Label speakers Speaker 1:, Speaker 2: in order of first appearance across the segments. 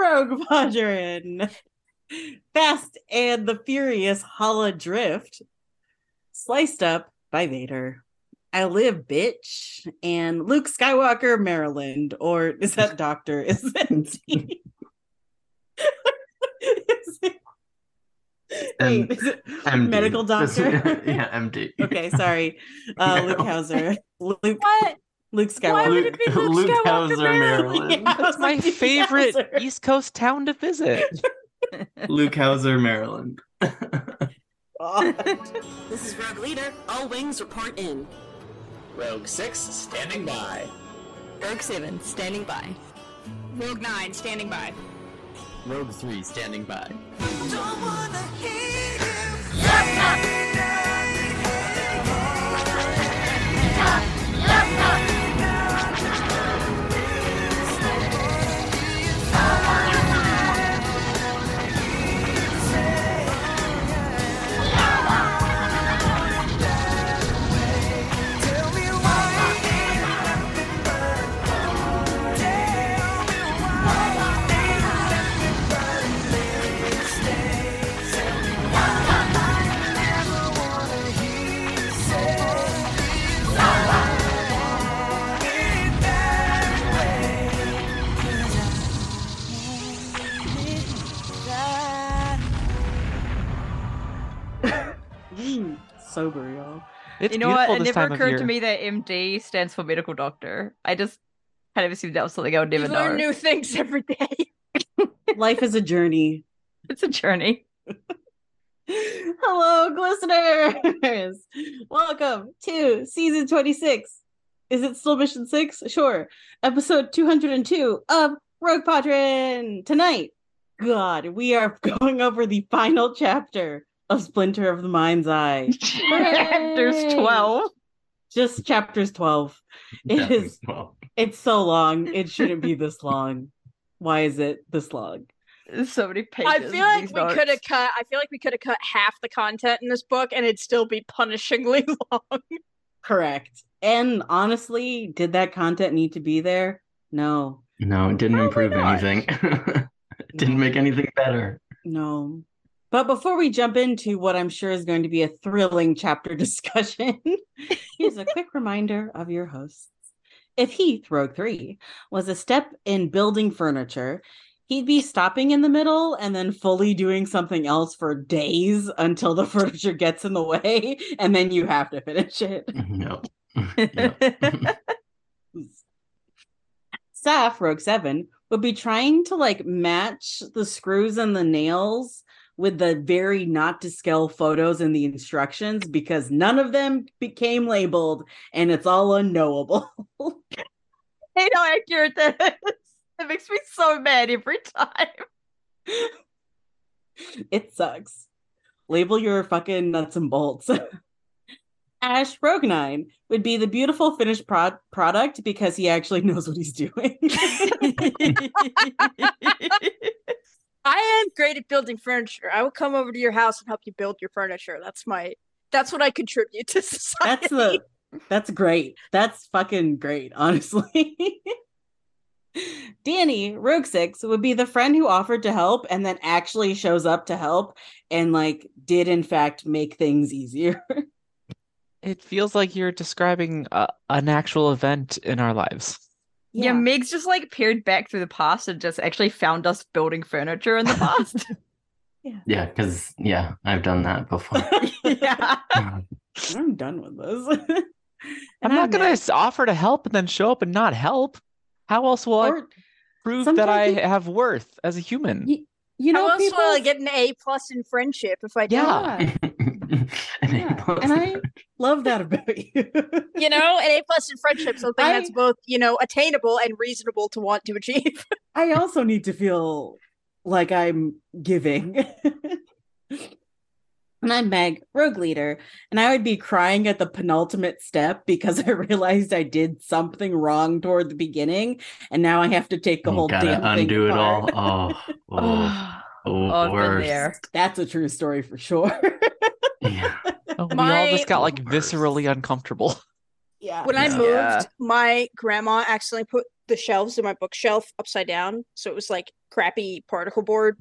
Speaker 1: Rogue Podger in Fast and the Furious Holla Drift, sliced up by Vader. I live, bitch, and Luke Skywalker, Maryland, or is that Doctor? Is that D? is it, wait, is it
Speaker 2: MD.
Speaker 1: medical doctor?
Speaker 2: yeah, MD.
Speaker 1: okay, sorry, uh, Luke
Speaker 2: No.
Speaker 1: Hauser, Luke,
Speaker 3: What?
Speaker 1: Luke
Speaker 3: Why
Speaker 1: Skywalker.
Speaker 3: would it be Luke,
Speaker 2: Luke
Speaker 3: Skywalker,
Speaker 2: Hauser,
Speaker 3: Maryland?
Speaker 2: Maryland.
Speaker 1: I was
Speaker 4: That's my
Speaker 1: like, Luke
Speaker 4: favorite
Speaker 1: Hauser.
Speaker 4: East Coast town to visit.
Speaker 2: Luke Hauser, Maryland.
Speaker 5: This is Rogue Leader. All wings report in.
Speaker 6: Rogue 6 standing by.
Speaker 5: Rogue 7, standing by.
Speaker 7: Rogue 9, standing by.
Speaker 6: Rogue 3 standing by.
Speaker 1: Mm, sober, y'all.
Speaker 4: It's
Speaker 3: you know what?
Speaker 4: beautiful
Speaker 3: It
Speaker 4: this
Speaker 3: never
Speaker 4: time of
Speaker 3: occurred to
Speaker 4: year.
Speaker 3: me that MD stands for medical doctor. I just kind of assumed that was something I would
Speaker 7: You
Speaker 3: never know.
Speaker 7: learn new things every day.
Speaker 1: Life is a journey.
Speaker 3: it's a journey.
Speaker 1: Hello, glisteners! Welcome to season 26. Is it still Mission 6? Sure. Episode 202 of Rogue Padron. Tonight, God, we are going over the final chapter of Splinter of the Mind's Eye.
Speaker 3: There's 12.
Speaker 1: Just chapters 12. It
Speaker 2: Chapter
Speaker 1: is,
Speaker 2: 12.
Speaker 1: it's so long. It shouldn't be this long. Why is it this long?
Speaker 3: There's so many pages.
Speaker 7: I
Speaker 3: of
Speaker 7: feel like
Speaker 3: these
Speaker 7: we
Speaker 3: notes.
Speaker 7: could have cut. I feel like we could have cut half the content in this book, and it'd still be punishingly long.
Speaker 1: Correct. And honestly, did that content need to be there? No.
Speaker 2: No, it
Speaker 1: Oh
Speaker 2: didn't
Speaker 3: Probably
Speaker 2: improve
Speaker 3: not.
Speaker 2: anything. It didn't make anything better.
Speaker 1: No. But before we jump into what I'm sure is going to be a thrilling chapter discussion, here's a quick reminder of your hosts. If Heath, Rogue 3, was a step in building furniture, he'd be stopping in the middle and then fully doing something else for days until the furniture gets in the way, and then you have to finish it.
Speaker 2: No. No.
Speaker 1: Saf, Rogue Seven, would be trying to like match the screws and the nails with the very not to scale photos and the instructions because none of them became labeled and it's all unknowable.
Speaker 3: I hate how accurate that is. It makes me so mad every time.
Speaker 1: it sucks. Label your fucking nuts and bolts. Ash Rogue Nine would be the beautiful finished prod- product because he actually knows what he's doing.
Speaker 7: I am great at building furniture. I will come over to your house and help you build your furniture. That's my. That's what I contribute to society.
Speaker 1: that's the that's great that's fucking great honestly danny rogue six would be the friend who offered to help and then actually shows up to help and like did in fact make things easier
Speaker 4: It feels like you're describing uh, an actual event in our lives.
Speaker 3: Yeah. Meg's just like peered back through the past and just actually found us building furniture in the past.
Speaker 2: Yeah, because, yeah, I've done that before.
Speaker 3: yeah.
Speaker 1: i'm done with this
Speaker 4: I'm not gonna s- offer to help and then show up and not help. How else will I
Speaker 1: or,
Speaker 4: prove that
Speaker 1: sometimes
Speaker 4: I
Speaker 1: you-
Speaker 4: have worth as a human?
Speaker 1: you, you
Speaker 7: How
Speaker 1: know
Speaker 7: else
Speaker 1: people
Speaker 7: will I get an A plus in friendship if I don't?
Speaker 4: Yeah.
Speaker 2: And
Speaker 1: Yeah, and I love that about you.
Speaker 7: You know, an A plus in friendship, something
Speaker 1: I-
Speaker 7: that's both you know attainable and reasonable to want to achieve.
Speaker 1: I also need to feel like I'm giving. and I'm Meg, rogue leader, and I would be crying at the penultimate step because I realized I did something wrong toward the beginning, and now I have to take the
Speaker 2: You
Speaker 1: whole
Speaker 2: gotta
Speaker 1: damn thing
Speaker 2: undo it all.
Speaker 1: apart.
Speaker 2: Oh, oh, oh,
Speaker 3: Oh, I've been
Speaker 2: worse.
Speaker 3: there.
Speaker 1: That's a true story for sure.
Speaker 2: Yeah.
Speaker 4: Oh, we all
Speaker 7: My
Speaker 4: just got like
Speaker 2: worst.
Speaker 4: viscerally uncomfortable.
Speaker 1: yeah.
Speaker 7: When I
Speaker 2: Yeah.
Speaker 7: moved,
Speaker 4: Yeah.
Speaker 7: my grandma accidentally put the shelves in my bookshelf upside down, so it was like crappy particle board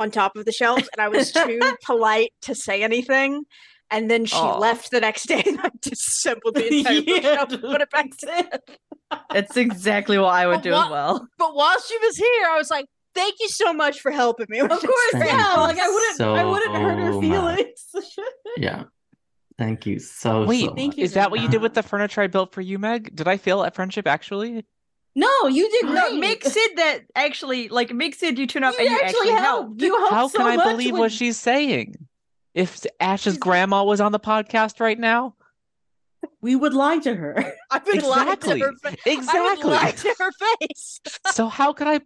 Speaker 7: on top of the shelves, and I was too polite to say anything. And then she
Speaker 3: Aw.
Speaker 7: left the next day, and I disassembled the entire
Speaker 1: Yeah.
Speaker 7: bookshelf and put it back together.
Speaker 3: It's exactly what I would do as
Speaker 7: What?
Speaker 3: well.
Speaker 7: But while she was here, I was like, "Thank you so much for helping me."
Speaker 1: Of course,
Speaker 2: Thank
Speaker 1: yeah.
Speaker 2: you
Speaker 1: Like I wouldn't, I
Speaker 2: so
Speaker 1: wouldn't hurt her
Speaker 2: much.
Speaker 1: feelings.
Speaker 2: Yeah. Thank you so,
Speaker 4: Wait,
Speaker 2: so
Speaker 1: Thank
Speaker 2: much.
Speaker 1: you
Speaker 4: Is that what you did with
Speaker 1: Uh-huh.
Speaker 4: the furniture I built for you, Meg? Did I fail at friendship actually?
Speaker 1: no, you did
Speaker 3: No,
Speaker 1: great.
Speaker 3: Mick said that actually, like Mick said, you turn up
Speaker 1: you
Speaker 3: and you
Speaker 1: actually helped. You helped
Speaker 4: How
Speaker 1: Oh, so
Speaker 4: can I
Speaker 1: much
Speaker 4: believe
Speaker 1: with-
Speaker 4: what she's saying? If Ash's
Speaker 1: She's-
Speaker 4: grandma was on the podcast right now,
Speaker 1: We would lie to her.
Speaker 7: I've been lying
Speaker 4: exactly,
Speaker 7: to her. fa- I would
Speaker 4: exactly.
Speaker 7: lie to her face.
Speaker 4: so how could I?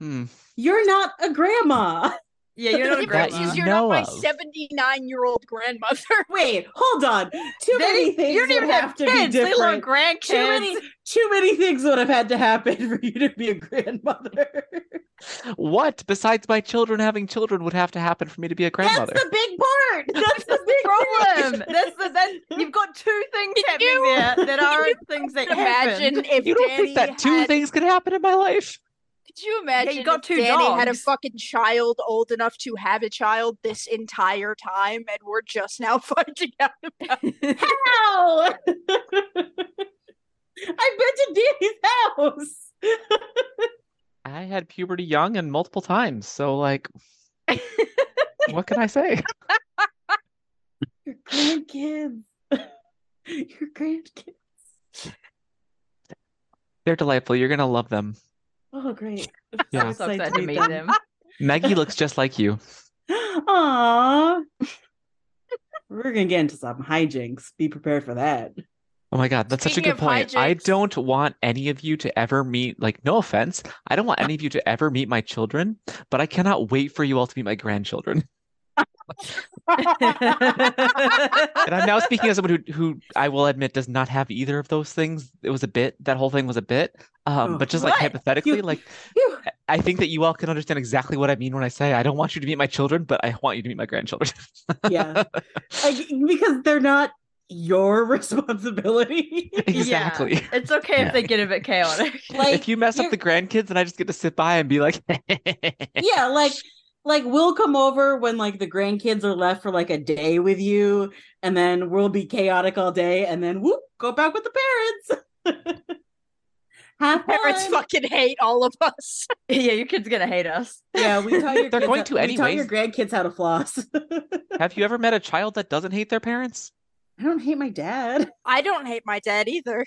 Speaker 4: Hmm.
Speaker 1: You're not a grandma.
Speaker 3: Yeah, you're not a
Speaker 4: That grandma.
Speaker 3: grandma.
Speaker 4: you
Speaker 7: You're not
Speaker 4: know
Speaker 7: my
Speaker 4: of.
Speaker 7: 79 year old grandmother.
Speaker 1: Wait, hold on. Too many
Speaker 3: They-
Speaker 1: things
Speaker 3: you don't
Speaker 1: would
Speaker 3: even
Speaker 1: have, to be
Speaker 3: kids, let alone
Speaker 1: different.
Speaker 3: grandkids.
Speaker 1: Too many, too many things would have had to happen for you to be a grandmother.
Speaker 4: What besides my children having children would have to happen for me to be a grandmother?
Speaker 1: That's the big part. That's the big
Speaker 3: problem.
Speaker 1: part.
Speaker 3: That's the then you've got two things happening
Speaker 7: you-
Speaker 3: there that are
Speaker 7: you
Speaker 3: things that
Speaker 7: imagine
Speaker 3: imagine.
Speaker 7: if
Speaker 4: you don't
Speaker 7: Danny
Speaker 4: think that two
Speaker 7: had,
Speaker 4: things could happen in my life?
Speaker 7: could you imagine
Speaker 3: you got
Speaker 7: if
Speaker 3: two
Speaker 7: Danny had a
Speaker 3: dogs.
Speaker 7: fucking child old enough to have a child this entire time and we're just now finding out about it.
Speaker 1: How? I've been to Danny's house.
Speaker 4: I had puberty young and multiple times, so like, what can I say?
Speaker 1: Your grandkids. Your grandkids.
Speaker 4: They're delightful. You're gonna love them.
Speaker 1: Oh, great.
Speaker 4: Yeah.
Speaker 3: I'm so
Speaker 1: excited
Speaker 3: excited to meet them.
Speaker 4: Maggie looks just like you.
Speaker 1: Aw. We're gonna get into some hijinks. Be prepared for that.
Speaker 4: Oh my God, that's such
Speaker 7: Speaking
Speaker 4: a
Speaker 7: of
Speaker 4: good point. I
Speaker 7: hijinks-
Speaker 4: don't want any of you to ever meet, like, no offense, I don't want any of you to ever meet my children, but I cannot wait for you all to meet my grandchildren. And I'm now speaking as someone who, who I will admit does not have either of those things. It was a bit, that whole thing was a bit. Um,
Speaker 1: Oh,
Speaker 4: but just like
Speaker 1: what?
Speaker 4: hypothetically,
Speaker 1: You-
Speaker 4: like,
Speaker 1: you-
Speaker 4: I think that you all can understand exactly what I mean when I say I don't want you to meet my children, but I want you to meet my grandchildren.
Speaker 1: yeah. Like, because they're not your responsibility.
Speaker 4: Exactly.
Speaker 3: It's okay
Speaker 2: Yeah.
Speaker 3: if they get a bit chaotic.
Speaker 1: Like
Speaker 4: If you mess up
Speaker 1: you're-
Speaker 4: the grandkids, and I just get to sit by and be like,
Speaker 1: yeah, like like we'll come over when like the grandkids are left for like a day with you, and then we'll be chaotic all day, and then whoop, go back with the parents. Have
Speaker 7: Parents
Speaker 1: fun.
Speaker 7: fucking hate all of us.
Speaker 3: yeah, your kid's gonna hate us.
Speaker 1: Yeah, we taught your
Speaker 4: They're
Speaker 1: kids
Speaker 4: going
Speaker 1: how-
Speaker 4: to
Speaker 1: we taught your
Speaker 4: anyways.
Speaker 1: grandkids how to floss. I
Speaker 4: Have you ever met a child that doesn't hate their parents?
Speaker 1: don't hate my dad.
Speaker 7: I don't hate my dad either.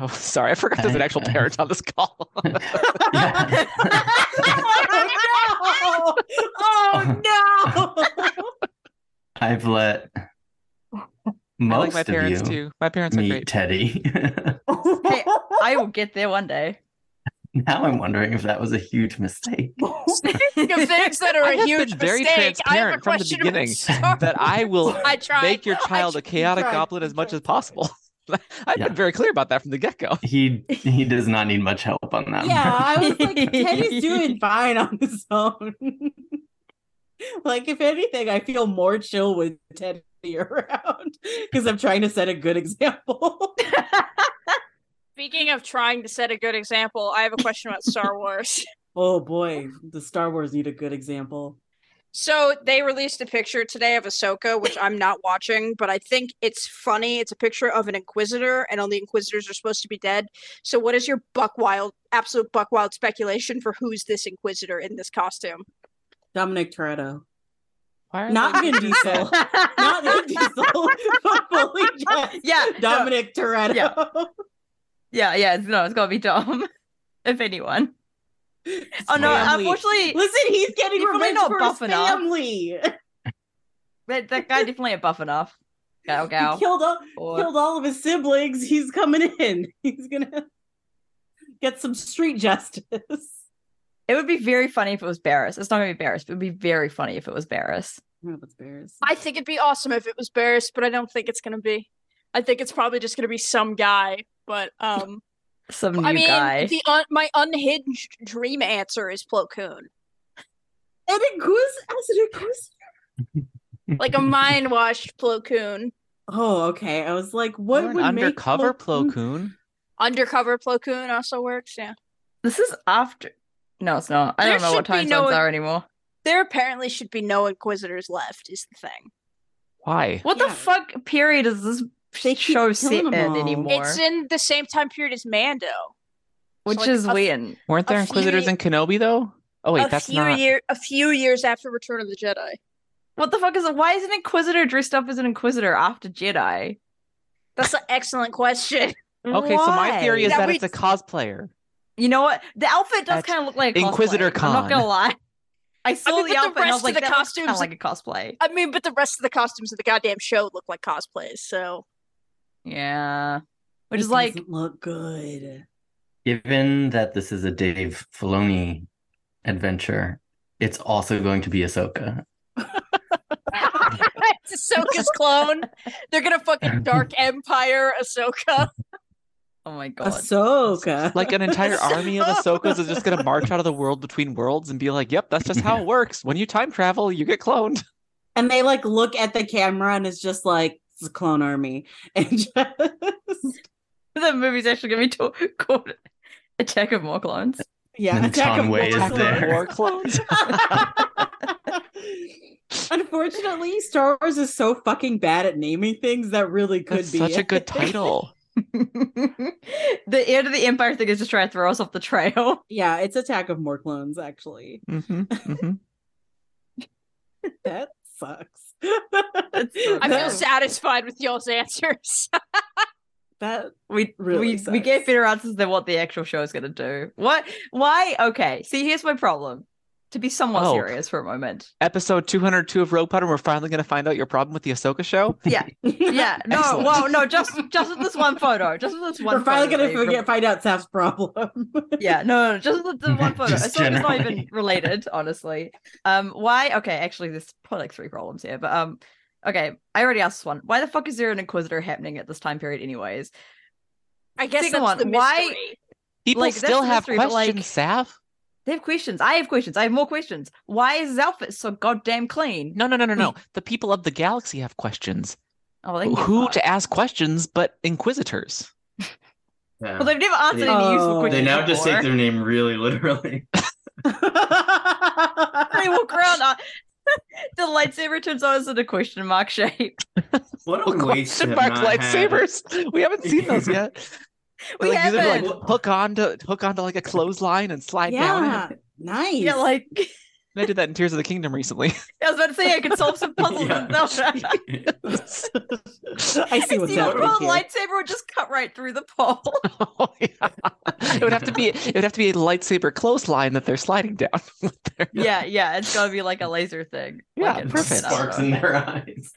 Speaker 4: Oh, sorry, I forgot there's an
Speaker 2: I-
Speaker 4: actual
Speaker 2: I-
Speaker 4: parent on this call.
Speaker 2: Yeah.
Speaker 1: oh no! Oh no!
Speaker 2: I've let
Speaker 4: I
Speaker 2: most
Speaker 4: like my
Speaker 2: of
Speaker 4: parents
Speaker 2: you
Speaker 4: too. My parents are
Speaker 2: meet
Speaker 4: great.
Speaker 2: Teddy.
Speaker 1: Oh,
Speaker 3: Hey, I will get there one day.
Speaker 2: now I'm wondering if that was a huge mistake.
Speaker 7: The things that are
Speaker 4: I
Speaker 7: a
Speaker 4: have
Speaker 7: huge
Speaker 4: been very
Speaker 7: mistake. I have a
Speaker 4: transparent from the
Speaker 7: question about-
Speaker 4: beginning
Speaker 7: Sorry.
Speaker 4: That I will
Speaker 7: I tried.
Speaker 4: make your
Speaker 7: I
Speaker 4: child a
Speaker 7: tried.
Speaker 4: chaotic
Speaker 1: tried.
Speaker 4: goblin as
Speaker 1: You
Speaker 4: much
Speaker 1: tried.
Speaker 4: as possible. I've
Speaker 2: Yeah.
Speaker 4: been very clear about that from the get-go.
Speaker 2: He he does not need much help on
Speaker 3: Um,
Speaker 2: that.
Speaker 1: yeah,
Speaker 2: one.
Speaker 1: I was like, Teddy's doing fine on his own. like, if anything, I feel more chill with Teddy around because I'm trying to set a good example.
Speaker 7: Speaking of trying to set a good example, I have a question about Star Wars.
Speaker 1: oh boy, the Star Wars need a good example.
Speaker 7: So they released a picture today of Ahsoka, which I'm not watching, but I think it's funny. It's a picture of an Inquisitor, and all the Inquisitors are supposed to be dead. So what is your buck wild, absolute buck wild speculation for who's this Inquisitor in this costume?
Speaker 1: Dominic Toretto,
Speaker 4: Why are
Speaker 1: not
Speaker 4: they
Speaker 1: Vin
Speaker 4: doing that?
Speaker 1: Diesel, not Vin Diesel, but fully just
Speaker 3: Yeah, no,
Speaker 1: Dominic Toretto.
Speaker 3: yeah, yeah. it's- No, it's gotta be Dom. If anyone. Oh no,
Speaker 1: Family.
Speaker 3: unfortunately,
Speaker 1: Listen, he's getting
Speaker 3: You're probably
Speaker 1: revenge
Speaker 3: not
Speaker 1: for his
Speaker 3: buff enough.
Speaker 1: family.
Speaker 3: that, that guy definitely ain't buff enough. Gal,
Speaker 1: He
Speaker 3: gal.
Speaker 1: killed all,
Speaker 3: Or-
Speaker 1: killed all of his siblings. He's coming in. He's gonna get some street justice. Oh,
Speaker 3: It would be very funny if it was Barris. It's not gonna be Barris, but it would be very funny if it was Barris.
Speaker 1: that's bears.
Speaker 7: I think it'd be awesome if it was Barris, but I don't think it's gonna be. I think it's probably just gonna be some guy. But um,
Speaker 3: Some new
Speaker 7: I mean,
Speaker 3: guy.
Speaker 7: the un- my unhinged dream answer is Plo Koon.
Speaker 1: And it goes as an inquisitor.
Speaker 7: like a mind washed Plo Koon,
Speaker 1: Oh, okay. I was like,
Speaker 4: Or
Speaker 1: what
Speaker 4: an
Speaker 1: would make
Speaker 4: undercover
Speaker 1: Plo Koon-
Speaker 4: Plo Koon?
Speaker 7: undercover Plo Koon also works. Yeah.
Speaker 3: This is after. No, it's not. I
Speaker 7: There
Speaker 3: don't know what
Speaker 7: should be
Speaker 3: time
Speaker 7: no-
Speaker 3: zones are anymore.
Speaker 7: There apparently should be no Inquisitors left, is the thing.
Speaker 4: Why?
Speaker 3: What
Speaker 1: Yeah.
Speaker 3: the fuck period is this
Speaker 1: They keep
Speaker 3: show
Speaker 1: killing
Speaker 3: set in
Speaker 1: them all.
Speaker 3: anymore?
Speaker 7: It's in the same time period as Mando.
Speaker 3: Which
Speaker 7: like,
Speaker 3: is
Speaker 7: a-
Speaker 3: when
Speaker 4: Weren't there
Speaker 7: a
Speaker 4: Inquisitors
Speaker 7: few-
Speaker 4: in Kenobi though? Oh wait,
Speaker 7: a
Speaker 4: that's
Speaker 7: few
Speaker 4: not.
Speaker 7: year, a few years after Return of the Jedi.
Speaker 3: What the fuck is it? Why is an Inquisitor dressed up as an Inquisitor after Jedi?
Speaker 7: That's an excellent question.
Speaker 4: Okay, so my theory is
Speaker 7: That
Speaker 4: that
Speaker 7: we-
Speaker 4: it's a cosplayer.
Speaker 3: You know what? The outfit does
Speaker 4: That's
Speaker 3: kind of look like a
Speaker 4: Inquisitor
Speaker 3: cosplay. I'm not gonna
Speaker 4: Con.
Speaker 3: lie. I saw
Speaker 7: mean, but
Speaker 3: the
Speaker 7: the
Speaker 3: outfit and I
Speaker 7: rest
Speaker 3: was
Speaker 7: of
Speaker 3: like,
Speaker 7: the
Speaker 3: that looks kinda
Speaker 7: costumes-
Speaker 3: like a cosplay.
Speaker 7: I mean, but the rest of the costumes of the goddamn show look like cosplays. So
Speaker 3: Yeah. Which
Speaker 1: It
Speaker 3: is like
Speaker 1: doesn't look good.
Speaker 2: Given that this is a Dave Filoni adventure, it's also going to be Ahsoka.
Speaker 7: it's Ahsoka's clone. They're gonna fucking Dark Empire Ahsoka.
Speaker 3: oh my god.
Speaker 1: Ahsoka.
Speaker 4: Like an entire army of Ahsokas is just gonna march out of the world between worlds and be like, "Yep, that's just how it works. When you time travel, you get cloned."
Speaker 1: And they like look at the camera and it's just like it's a clone army. And just
Speaker 3: the movie's actually gonna be to- called Attack of More Clones.
Speaker 1: yeah,
Speaker 2: And
Speaker 1: attack of War
Speaker 2: Conway is
Speaker 1: Clones.
Speaker 2: there.
Speaker 4: More clones.
Speaker 1: Unfortunately, Star Wars is so fucking bad at naming things that really could
Speaker 4: That's
Speaker 1: be
Speaker 4: such a
Speaker 1: it.
Speaker 4: good title.
Speaker 3: the end of the Empire thing is just trying to throw us off the trail.
Speaker 1: yeah, it's Attack of More Clones, actually.
Speaker 4: Mm-hmm, mm-hmm.
Speaker 1: That sucks.
Speaker 3: so
Speaker 7: I feel
Speaker 3: No.
Speaker 1: that,
Speaker 7: satisfied with y'all's answers.
Speaker 1: that
Speaker 3: We
Speaker 1: Really
Speaker 3: we, we
Speaker 1: sucks.
Speaker 3: gave better answers than what the actual show is gonna do. What? Why? Okay. See, here's my problem. To be somewhat
Speaker 4: Oh.
Speaker 3: serious for a moment.
Speaker 4: Episode 202 of Rogue Potter, we're finally going to find out your problem with the Ahsoka show.
Speaker 3: Yeah. No.
Speaker 4: Excellent.
Speaker 3: Well, no. Just just with this one photo. Just with this one.
Speaker 1: We're finally
Speaker 3: photo
Speaker 1: gonna
Speaker 3: that they
Speaker 1: forget,
Speaker 3: re-
Speaker 1: find out Saf's problem.
Speaker 3: yeah. No. No. Just with the one photo.
Speaker 2: Just
Speaker 3: It's not, it's not even
Speaker 2: generally.
Speaker 3: related, honestly. Um. Why? Okay. Actually, there's probably like three problems here, but um. Okay. I already asked this one. Why the fuck is there an Inquisitor happening at this time period, anyways?
Speaker 7: I guess
Speaker 3: Second
Speaker 7: that's
Speaker 3: one,
Speaker 7: the
Speaker 3: why-
Speaker 7: mystery.
Speaker 4: People
Speaker 3: Like, that's
Speaker 4: still
Speaker 3: the
Speaker 4: have
Speaker 3: mystery, but,
Speaker 4: questions,
Speaker 3: like-
Speaker 4: Sav.
Speaker 3: They have questions. I have questions. I have more questions. Why is his outfit so goddamn clean?
Speaker 4: No, no, no, no, no. The people of the galaxy have questions.
Speaker 3: Oh, thank you.
Speaker 4: Who
Speaker 3: God.
Speaker 4: to ask questions but Inquisitors?
Speaker 2: Yeah.
Speaker 3: Well, they've never answered
Speaker 2: They-
Speaker 3: any useful
Speaker 1: Oh.
Speaker 2: they
Speaker 3: questions.
Speaker 2: now just
Speaker 3: before.
Speaker 2: take their name really literally.
Speaker 3: they walk around. Uh, the lightsaber turns on as in a question mark shape.
Speaker 2: What a waste to
Speaker 4: Question
Speaker 2: have
Speaker 4: mark
Speaker 2: not had-
Speaker 4: lightsabers. We haven't seen those yet.
Speaker 3: We
Speaker 4: They're like, usually,
Speaker 2: haven't.
Speaker 4: like hook on to hook onto like a clothesline and slide down.
Speaker 1: yeah, nice.
Speaker 3: Yeah, like
Speaker 4: And I did that in Tears of the Kingdom recently.
Speaker 3: I was about to say, I could solve some puzzles.
Speaker 2: Yeah.
Speaker 3: with that.
Speaker 1: I see what's
Speaker 3: See, a
Speaker 1: happening
Speaker 3: little
Speaker 1: here.
Speaker 3: lightsaber would just cut right through the pole.
Speaker 4: Oh, yeah. It would have to be it would have to be a lightsaber clothesline that they're sliding down with their
Speaker 3: yeah, yeah, it's gotta be like a laser thing.
Speaker 4: Yeah,
Speaker 3: like
Speaker 4: perfect.
Speaker 3: I don't
Speaker 2: Sparks
Speaker 3: know.
Speaker 2: in their eyes.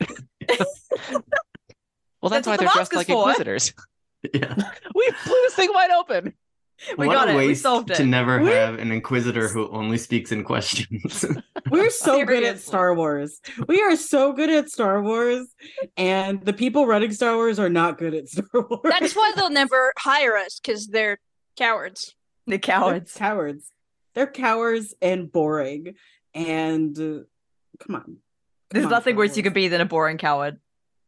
Speaker 4: Well, that's,
Speaker 3: That's what
Speaker 4: why
Speaker 3: the
Speaker 4: they're dressed
Speaker 3: mask is
Speaker 4: like
Speaker 3: for.
Speaker 4: Inquisitors.
Speaker 2: Yeah.
Speaker 4: We blew this thing wide open.
Speaker 3: We
Speaker 2: what
Speaker 3: got
Speaker 2: a
Speaker 3: it. We
Speaker 2: waste
Speaker 3: solved
Speaker 2: to
Speaker 3: it.
Speaker 2: never
Speaker 1: We-
Speaker 2: have an inquisitor who only speaks in questions.
Speaker 1: We're so good at
Speaker 3: Seriously.
Speaker 1: Star Wars. We are so good at Star Wars, and the people running Star Wars are not good at Star Wars.
Speaker 7: That's why they'll never hire us because they're cowards.
Speaker 3: The
Speaker 1: They're
Speaker 3: cowards.
Speaker 1: cowards. They're cowards and boring. And uh, come on, Come
Speaker 3: There's
Speaker 1: on,
Speaker 3: nothing
Speaker 1: Star
Speaker 3: worse you
Speaker 1: Wars.
Speaker 3: could be than a boring coward.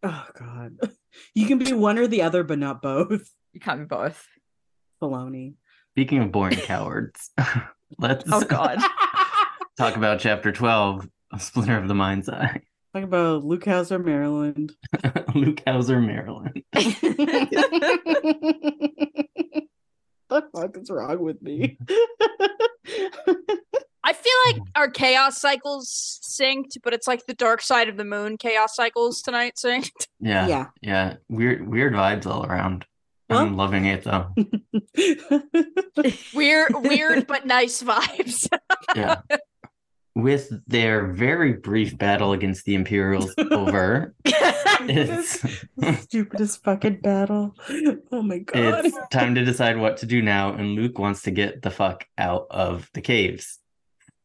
Speaker 1: Oh God, you can be one or the other, but not both.
Speaker 3: You can't be both.
Speaker 1: Baloney.
Speaker 2: Speaking of boring cowards, let's
Speaker 3: Oh god.
Speaker 1: Talk
Speaker 2: talk about chapter 12 of Splinter of the Mind's Eye.
Speaker 1: about Luke House or Maryland.
Speaker 2: Luke Hauser, Maryland.
Speaker 1: the fuck is wrong with me?
Speaker 7: I feel like
Speaker 1: Mm.
Speaker 7: our chaos cycles synced, but it's like the dark side of the moon chaos cycles tonight synced.
Speaker 2: Yeah, yeah. Weird weird vibes all around. I'm loving it though.
Speaker 1: yeah.
Speaker 7: Weird, weird but nice vibes.
Speaker 2: Yeah. With their very brief battle against the Imperials over, it's,
Speaker 1: stupidest fucking battle. Oh my god.
Speaker 2: it's time to decide what to do now, and Luke wants to get the fuck out of the caves,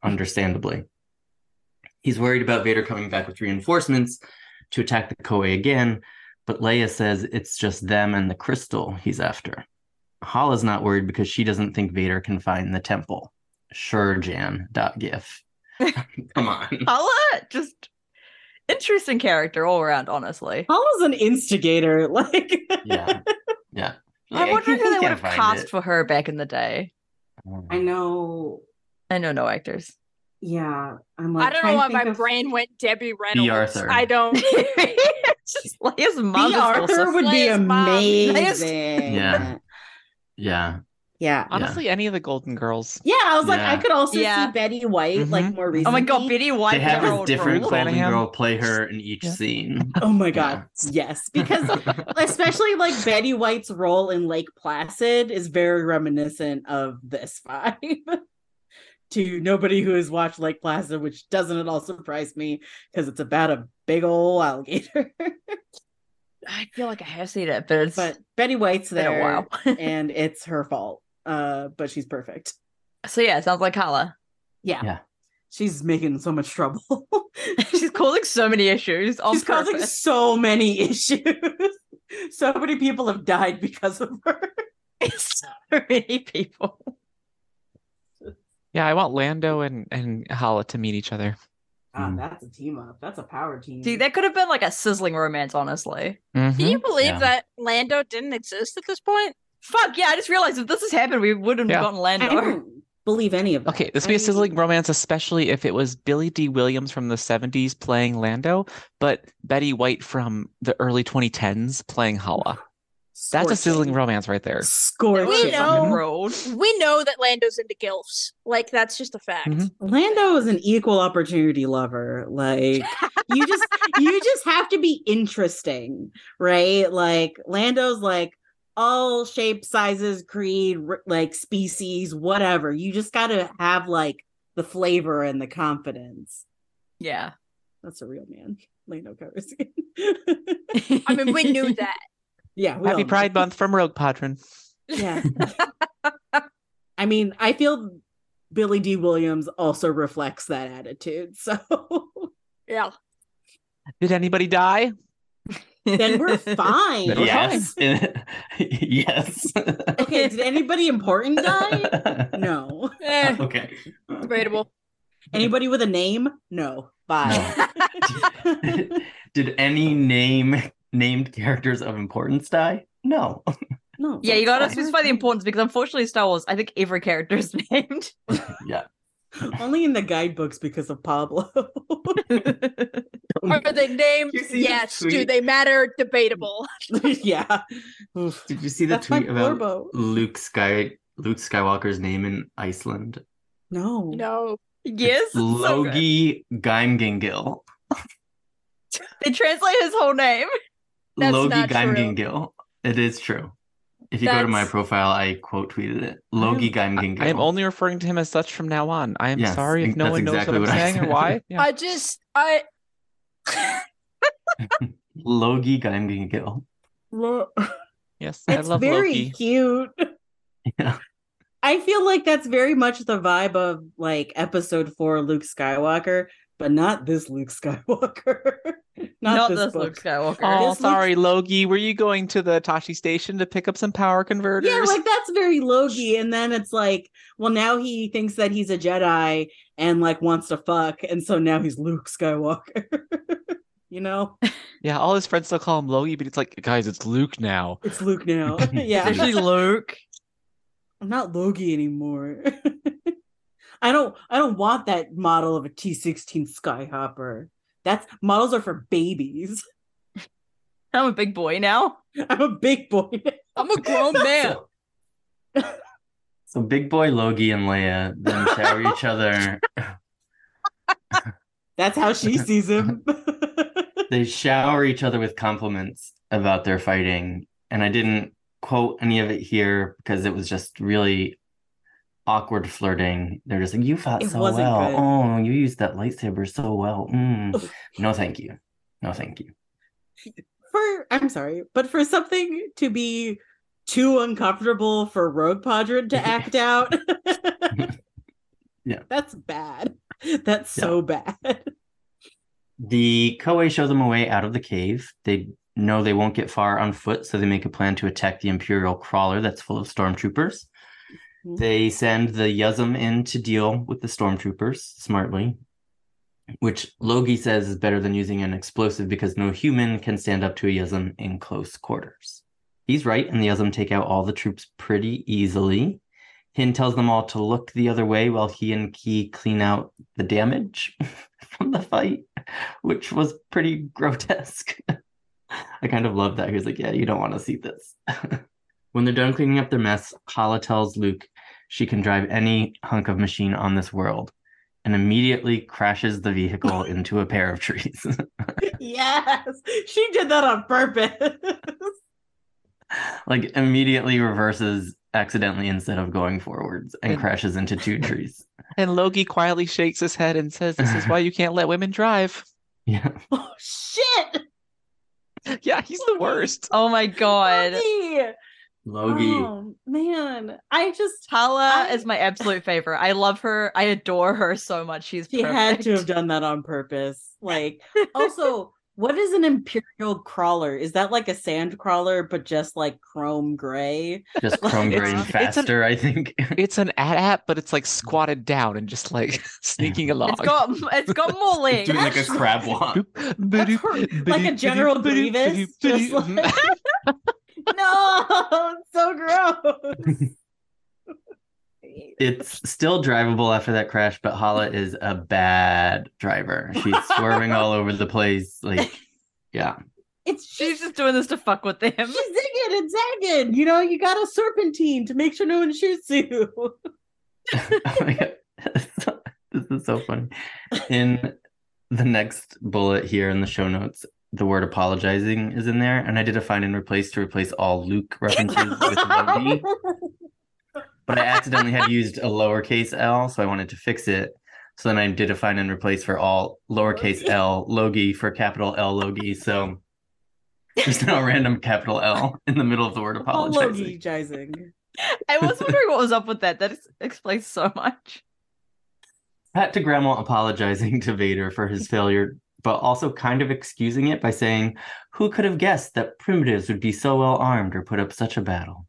Speaker 2: understandably. He's worried about Vader coming back with reinforcements to attack the Koei again, but Leia says it's just them and the crystal he's after. Hala's not worried because she doesn't think Vader can find the temple. Sure, Jan. Dot gif. Come on.
Speaker 3: Hala just interesting character all around, honestly.
Speaker 1: Paula's an instigator. Like
Speaker 2: Yeah. Yeah.
Speaker 3: I'm
Speaker 2: Yeah,
Speaker 3: wondering
Speaker 2: he-
Speaker 3: who
Speaker 2: he
Speaker 3: they would
Speaker 2: can
Speaker 3: have
Speaker 2: find it.
Speaker 3: cast
Speaker 2: Um,
Speaker 3: for her back in the day.
Speaker 1: I know.
Speaker 3: I know no actors.
Speaker 1: Yeah, I'm like.
Speaker 7: I don't
Speaker 1: trying
Speaker 7: know
Speaker 1: to
Speaker 7: why
Speaker 1: think
Speaker 7: my
Speaker 1: of-
Speaker 7: brain went Debbie Reynolds.
Speaker 2: Arthur.
Speaker 7: I don't.
Speaker 3: It's just Leia's mom
Speaker 1: B.
Speaker 3: is also
Speaker 1: Arthur would be
Speaker 7: Leia's mom.
Speaker 3: Leia's-
Speaker 1: amazing.
Speaker 2: Yeah. Yeah.
Speaker 1: yeah.
Speaker 4: Honestly, any of the Golden Girls.
Speaker 1: Yeah, I was like, I
Speaker 2: Yeah.
Speaker 1: could also
Speaker 3: Yeah.
Speaker 1: see Betty White like
Speaker 4: Mhm.
Speaker 1: more
Speaker 3: Oh
Speaker 1: recently.
Speaker 3: my god, Betty White.
Speaker 2: They have
Speaker 3: never
Speaker 2: a
Speaker 3: would
Speaker 2: different
Speaker 3: rule.
Speaker 2: golden
Speaker 4: Flanagan.
Speaker 2: girl play her in each
Speaker 4: Yeah.
Speaker 2: scene.
Speaker 1: Oh my god, yes, because especially like Betty White's role in Lake Placid is very reminiscent of this vibe. to nobody who has watched Lake Placid, which doesn't at all surprise me because it's about a big old alligator.
Speaker 3: I feel like I have seen it, but it's
Speaker 1: but Betty White's
Speaker 3: been
Speaker 1: there,
Speaker 3: a while.
Speaker 1: and it's her fault. Uh, but she's perfect.
Speaker 3: so yeah, it sounds like Hala.
Speaker 1: Yeah,
Speaker 2: Yeah.
Speaker 1: she's making so much trouble.
Speaker 3: She's causing so many issues. On
Speaker 1: She's causing
Speaker 3: purpose.
Speaker 1: so many issues. so many people have died because of her.
Speaker 3: so many people.
Speaker 4: Yeah, I want Lando and and Hala to meet each other.
Speaker 1: Ah,
Speaker 2: Mm.
Speaker 1: that's a team up. That's a power team.
Speaker 3: See, that could have been like a sizzling romance, honestly.
Speaker 7: Can
Speaker 1: Mm-hmm.
Speaker 7: you believe
Speaker 2: Yeah.
Speaker 7: that Lando didn't exist at this point?
Speaker 3: Fuck yeah! I just realized if this has happened, we wouldn't
Speaker 4: Yeah.
Speaker 3: have gotten
Speaker 1: I
Speaker 3: Lando.
Speaker 1: don't believe any of that.
Speaker 4: Okay, this
Speaker 1: I
Speaker 4: would be a
Speaker 1: mean,
Speaker 4: sizzling romance, especially if it was Billy D. Williams from the 70s playing Lando, but Betty White from the early 2010s playing Hala. That's a sizzling
Speaker 1: scorching.
Speaker 4: romance right there.
Speaker 1: Scorching.
Speaker 7: We know.
Speaker 3: Road.
Speaker 7: We know that Lando's into gilfs. Like that's just a fact.
Speaker 4: Mhm.
Speaker 1: Mm-hmm. Lando is an equal opportunity lover. Like you just you just have to be interesting, right? Like Lando's like all shapes, sizes, creed, r- like species, whatever. You just got to have like the flavor and the confidence.
Speaker 3: Yeah.
Speaker 1: That's a real man, Lando Covers.
Speaker 7: I mean, we knew that.
Speaker 1: yeah, we all
Speaker 4: Happy
Speaker 1: know.
Speaker 4: Pride Month from Rogue Padron.
Speaker 1: Yeah. I mean, I feel Billy D. Williams also reflects that attitude. So
Speaker 7: Yeah.
Speaker 4: Did anybody die?
Speaker 1: then we're fine.
Speaker 4: Then we're
Speaker 2: yes. yes.
Speaker 1: Okay, did anybody important die? No.
Speaker 7: Eh,
Speaker 2: Okay.
Speaker 7: debatable.
Speaker 1: Anybody with a name? No. Bye.
Speaker 2: Did any name named characters of importance die? No.
Speaker 1: No.
Speaker 3: Yeah, you gotta
Speaker 1: that's fine.
Speaker 3: specify the importance because unfortunately, Star Wars, I think every character is named.
Speaker 2: Yeah.
Speaker 1: Only in the guidebooks because of Pablo.
Speaker 7: Are they named?
Speaker 2: You see the
Speaker 7: Yes. Do
Speaker 2: tweet?
Speaker 7: they matter? Debatable.
Speaker 1: yeah. Oof.
Speaker 2: Did you see the
Speaker 1: That's my
Speaker 2: tweet about
Speaker 1: Blurbo.
Speaker 2: Luke Sky Luke Skywalker's name in Iceland?
Speaker 1: No.
Speaker 7: No.
Speaker 3: yes. it's so good.
Speaker 2: Logi Geimgengil.
Speaker 3: They translate his whole name.
Speaker 7: That's
Speaker 2: Logi
Speaker 7: not true.
Speaker 2: Geimgengil. It is true. If you go to my
Speaker 7: That's-
Speaker 2: profile, I quote tweeted it. Logi Geimgengil.
Speaker 4: I am only referring to him as such from now on. I am
Speaker 2: Yes,
Speaker 4: sorry if
Speaker 2: ex-
Speaker 4: no
Speaker 2: that's
Speaker 4: one knows
Speaker 2: exactly
Speaker 4: what
Speaker 2: what
Speaker 4: I'm
Speaker 2: I
Speaker 4: saying or
Speaker 2: said.
Speaker 4: why. Yeah.
Speaker 7: I just I
Speaker 2: Logi Geimgengil.
Speaker 1: Lo-
Speaker 4: yes, I
Speaker 1: It's
Speaker 4: love
Speaker 1: very
Speaker 4: Loki.
Speaker 1: cute.
Speaker 2: Yeah.
Speaker 1: I feel like that's very much the vibe of like episode four Luke Skywalker, but not this Luke Skywalker. not,
Speaker 3: Not,
Speaker 1: this,
Speaker 3: this
Speaker 1: book.
Speaker 3: Luke Skywalker.
Speaker 4: Oh,
Speaker 1: This
Speaker 4: sorry, Logie. Were you going to the Tashi station to pick up some power converters?
Speaker 1: Yeah, like that's very Loki. And then it's like, well, now he thinks that he's a Jedi and like wants to fuck. And so now he's Luke Skywalker. you know,
Speaker 4: Yeah, all his friends still call him Logie, but it's like, guys, it's Luke now.
Speaker 1: it's Luke now.
Speaker 3: It's
Speaker 1: yeah.
Speaker 3: actually Luke.
Speaker 1: I'm not Logie anymore. I don't I don't want that model of a T16 Skyhopper. That's models are for babies.
Speaker 3: I'm a big boy now.
Speaker 1: I'm a big boy.
Speaker 7: I'm a grown man.
Speaker 2: So, so big boy Logi and Leia then shower each other.
Speaker 1: That's how she sees him.
Speaker 2: They shower each other with compliments about their fighting. And I didn't quote any of it here because it was just really awkward flirting. They're just like, You fought
Speaker 1: It
Speaker 2: so well.
Speaker 1: wasn't good.
Speaker 2: Oh, you used that lightsaber so well. Mm. No, thank you. No, thank you.
Speaker 1: for I'm sorry, but for something to be too uncomfortable for Rogue Padron to act out.
Speaker 2: Yeah.
Speaker 1: That's bad. That's so bad.
Speaker 2: The Koei show them a way out of the cave. They know they won't get far on foot, so they make a plan to attack the Imperial crawler that's full of stormtroopers.
Speaker 1: Mhm.
Speaker 2: They send the Yuzum in to deal with the stormtroopers smartly, which Logi says is better than using an explosive because no human can stand up to a Yuzum in close quarters. He's right, and the Yuzum take out all the troops pretty easily. Hin tells them all to look the other way while he and Ki clean out the damage from the fight, which was pretty grotesque. I kind of love that. He was like, Yeah, you don't want to see this. when they're done cleaning up their mess, Hala tells Luke she can drive any hunk of machine on this world and immediately crashes the vehicle into a pair of trees.
Speaker 1: Yes, she did that on purpose.
Speaker 2: like immediately reverses accidentally instead of going forwards and
Speaker 4: And-
Speaker 2: crashes into two trees.
Speaker 4: And Logie quietly shakes his head and says, This is why you can't let women drive.
Speaker 2: Yeah.
Speaker 1: oh shit!
Speaker 4: Yeah, he's the worst.
Speaker 3: Oh my god.
Speaker 1: Logie!
Speaker 2: Logie.
Speaker 1: Oh man, I just
Speaker 3: Tala
Speaker 1: I-
Speaker 3: is my absolute favorite. I love her. I adore her so much. She's
Speaker 1: she had to have
Speaker 3: perfect.
Speaker 1: done that on purpose. Like, also, what is an imperial crawler? Is that like a sand crawler, but just like chrome gray?
Speaker 2: Just chrome
Speaker 4: It's-
Speaker 2: grain
Speaker 4: it's an-
Speaker 2: faster, I think.
Speaker 4: It's an AT-AT, but it's like squatted down and just like sneaking along.
Speaker 3: It's got it's got more legs.
Speaker 2: Doing like a crab walk.
Speaker 4: Boop,
Speaker 1: That's
Speaker 4: boop,
Speaker 1: her-
Speaker 4: boop,
Speaker 1: like a
Speaker 4: boop,
Speaker 1: General
Speaker 4: boop, boop,
Speaker 1: Grievous,
Speaker 4: boop,
Speaker 1: just
Speaker 4: boop.
Speaker 1: like- No, it's so gross.
Speaker 2: It's still drivable after that crash, but Hala is a bad driver. She's swerving all over the place. Like, yeah.
Speaker 1: It's
Speaker 3: She's just doing this to fuck with them.
Speaker 1: She's zigging and zagging. You know, you got a serpentine to make sure no one shoots you.
Speaker 2: Oh my God. this is so funny. In the next bullet here in the show notes, the word apologizing is in there. And I did a find and replace to replace all Luke references with Logie. but I accidentally had used a lowercase L, so I wanted to fix it. So then I did a find and replace for all lowercase
Speaker 1: Logie.
Speaker 2: L Logie for capital L Logie. So there's now a random capital L in the middle of the word apologizing.
Speaker 1: Apologizing.
Speaker 3: I was wondering what was up with that. That ex- explains so much.
Speaker 2: Pat to Grandma apologizing to Vader for his failure, but also kind of excusing it by saying, "Who could have guessed that primitives would be so well armed or put up such a battle?"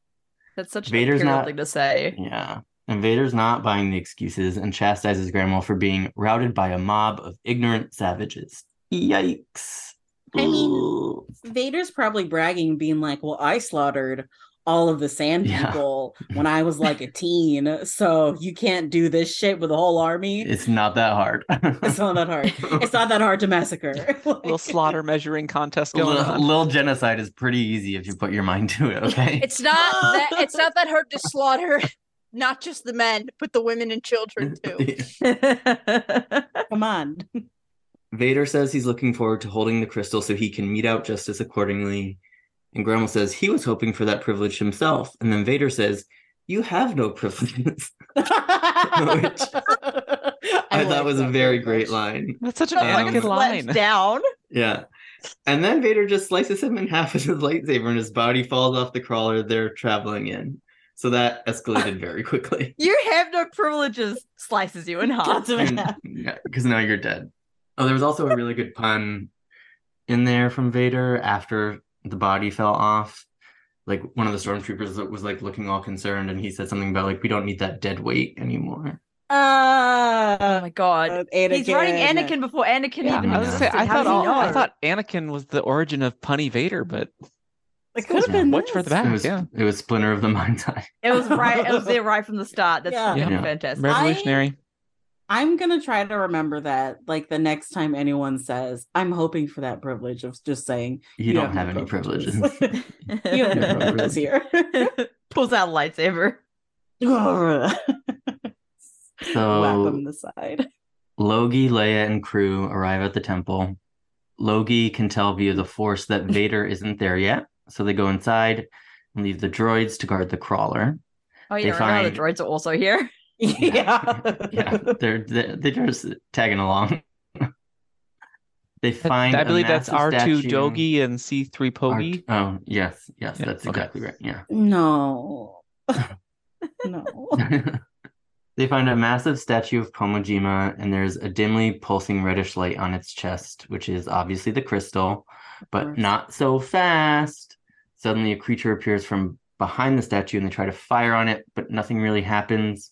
Speaker 3: That's such
Speaker 2: Vader's
Speaker 3: an imperial
Speaker 2: not-
Speaker 3: thing to say.
Speaker 2: Yeah. And Vader's not buying the excuses and chastises Grandma for being routed by a mob of ignorant savages. Yikes.
Speaker 1: I mean,
Speaker 2: Ooh.
Speaker 1: Vader's probably bragging, being like, Well, I slaughtered all of the sand
Speaker 2: Yeah.
Speaker 1: people when I was like a teen. So you can't do this shit with a whole army.
Speaker 2: it's not that hard.
Speaker 1: It's not that hard. It's not that hard to massacre.
Speaker 4: Little
Speaker 1: Like,
Speaker 4: slaughter measuring contest going
Speaker 2: Little,
Speaker 4: on.
Speaker 2: little genocide is pretty easy if you put your mind to it, okay?
Speaker 7: It's not that it's not that hard to slaughter not just the men, but the women and children too.
Speaker 1: Come on.
Speaker 2: Vader says he's looking forward to holding the crystal so he can mete out justice accordingly. And Grandma says he was hoping for that privilege himself. And then Vader says, You have no privileges. I, thought
Speaker 1: like
Speaker 2: was a
Speaker 1: that
Speaker 2: very
Speaker 1: much.
Speaker 2: great line.
Speaker 4: That's such an
Speaker 2: Um,
Speaker 4: Anakin
Speaker 2: Fucking
Speaker 4: line.
Speaker 3: down.
Speaker 2: Yeah. And then Vader just slices him in half with his lightsaber and his body falls off the crawler they're traveling in. So that escalated very quickly.
Speaker 3: You have no privileges. Slices you in half.
Speaker 1: Cuts him in half.
Speaker 2: Because now you're dead. Oh, there was also a really good pun in there from Vader after the body fell off. Like one of the stormtroopers was like looking all concerned and he said something about like we don't need that dead weight anymore.
Speaker 3: Oh
Speaker 1: Uh,
Speaker 3: my god. He's writing Anakin before Anakin
Speaker 4: Yeah,
Speaker 3: even
Speaker 4: I was
Speaker 2: know.
Speaker 4: gonna
Speaker 3: existed.
Speaker 4: say I thought
Speaker 3: How does he
Speaker 4: all, I
Speaker 3: know?
Speaker 4: thought Anakin was the origin of punny Vader, but
Speaker 1: It could have been
Speaker 4: much further
Speaker 1: this.
Speaker 4: back.
Speaker 2: it was
Speaker 4: yeah,
Speaker 2: it was Splinter of the Mind Eye.
Speaker 3: it was right. It was there right from the start. That's
Speaker 1: Yeah.
Speaker 3: fucking
Speaker 2: Yeah.
Speaker 3: fantastic.
Speaker 4: revolutionary.
Speaker 1: I'm gonna try to remember that. Like the next time anyone says, "I'm hoping for that privilege of just saying
Speaker 2: You, don't have, any privileges.
Speaker 1: you have no privileges here."
Speaker 3: Pulls out a lightsaber.
Speaker 1: Whap him the side.
Speaker 2: Logi, Leia, and crew arrive at the temple. Logi can tell via the Force that Vader isn't there yet, so they go inside and leave the droids to guard the crawler.
Speaker 3: Oh
Speaker 2: They
Speaker 3: yeah, right now the
Speaker 2: find-
Speaker 3: droids are also here.
Speaker 1: Yeah.
Speaker 2: yeah, they're they're they're just tagging along. they
Speaker 4: That-
Speaker 2: find.
Speaker 4: I
Speaker 2: a
Speaker 4: believe that's R
Speaker 2: massive
Speaker 4: two
Speaker 2: statue-
Speaker 4: Dogi and C three
Speaker 2: R-
Speaker 4: Pogi.
Speaker 2: Oh yes, yes,
Speaker 4: Yeah,
Speaker 2: that's
Speaker 4: okay.
Speaker 2: exactly right. Yeah.
Speaker 1: No. no.
Speaker 2: they find a massive statue of Pomojima, and there's a dimly pulsing reddish light on its chest, which is obviously the crystal, but
Speaker 1: course.
Speaker 2: not so fast. Suddenly, a creature appears from behind the statue, and they try to fire on it, but nothing really happens.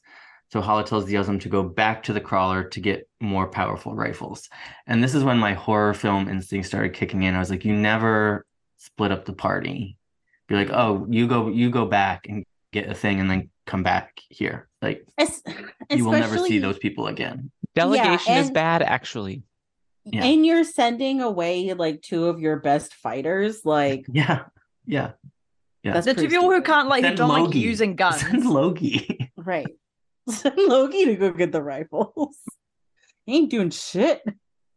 Speaker 2: So Hala tells the Yuzum to go back to the crawler to get more powerful rifles. And this is when my horror film instinct started kicking in. I was like, you never split up the party. Be like, oh, you go you go back and get a thing and then come back here. Like
Speaker 1: Es-
Speaker 2: you will never see
Speaker 1: especially-
Speaker 2: those people again.
Speaker 4: Delegation is
Speaker 1: and-
Speaker 4: bad, actually.
Speaker 2: Yeah.
Speaker 1: And you're sending away like two of your best fighters. Like
Speaker 2: Yeah. Yeah. Yeah.
Speaker 1: that's
Speaker 3: the two
Speaker 1: pretty
Speaker 3: people who
Speaker 1: stupid.
Speaker 3: can't like who
Speaker 2: Send
Speaker 3: don't like
Speaker 2: Logie.
Speaker 3: using guns.
Speaker 2: Send Loki.
Speaker 1: right. Send Loki to go get the rifles. He ain't doing shit.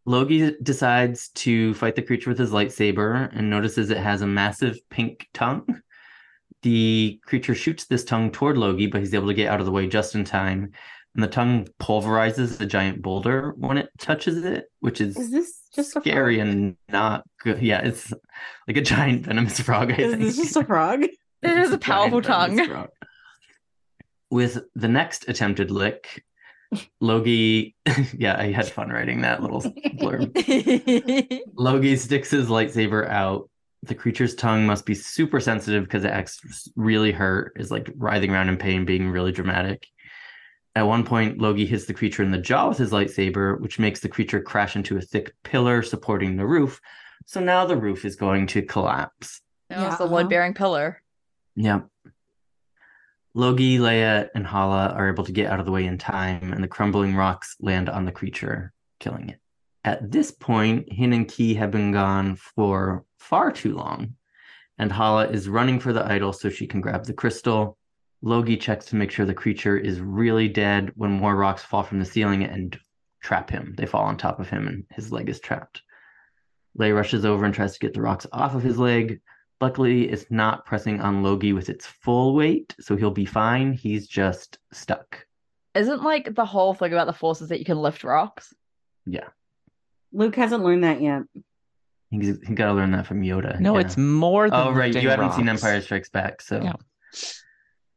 Speaker 2: Loki decides to fight the creature with his lightsaber and notices it has a massive pink tongue. The creature shoots this tongue toward Loki, but he's able to get out of the way just in time. And the tongue pulverizes the giant boulder when it touches it, which is,
Speaker 1: Is this just a
Speaker 2: scary
Speaker 1: frog?
Speaker 2: and not good. Yeah, it's like a giant venomous frog. I
Speaker 1: Is
Speaker 2: think.
Speaker 1: this just a frog?
Speaker 3: It is
Speaker 2: It's
Speaker 3: a powerful
Speaker 2: giant
Speaker 3: tongue.
Speaker 2: venomous frog. With the next attempted lick, Logie, yeah, I had fun writing that little blurb. Logie sticks his lightsaber out. The creature's tongue must be super sensitive because it acts really hurt, is like writhing around in pain, being really dramatic. At one point, Logie hits the creature in the jaw with his lightsaber, which makes the creature crash into a thick pillar supporting the roof. So now the roof is going to collapse.
Speaker 3: That was
Speaker 1: Yeah,
Speaker 3: the
Speaker 1: uh-huh.
Speaker 3: wood bearing pillar.
Speaker 2: Yep. Logi, Leia, and Hala are able to get out of the way in time, and the crumbling rocks land on the creature, killing it. At this point, Hin and Ki have been gone for far too long, and Hala is running for the idol so she can grab the crystal. Logi checks to make sure the creature is really dead when more rocks fall from the ceiling and trap him. They fall on top of him, and his leg is trapped. Leia rushes over and tries to get the rocks off of his leg, Luckily, it's not pressing on Logie with its full weight, so he'll be fine. He's just stuck.
Speaker 3: Isn't like the whole thing about the force is that you can lift rocks?
Speaker 1: Luke hasn't learned that yet.
Speaker 2: He's, he got to learn that from Yoda.
Speaker 4: No,
Speaker 2: yeah.
Speaker 4: it's more than.
Speaker 2: Oh, right.
Speaker 4: lifting
Speaker 2: You haven't seen
Speaker 4: rocks.
Speaker 2: Empire Strikes Back, so
Speaker 4: Yeah.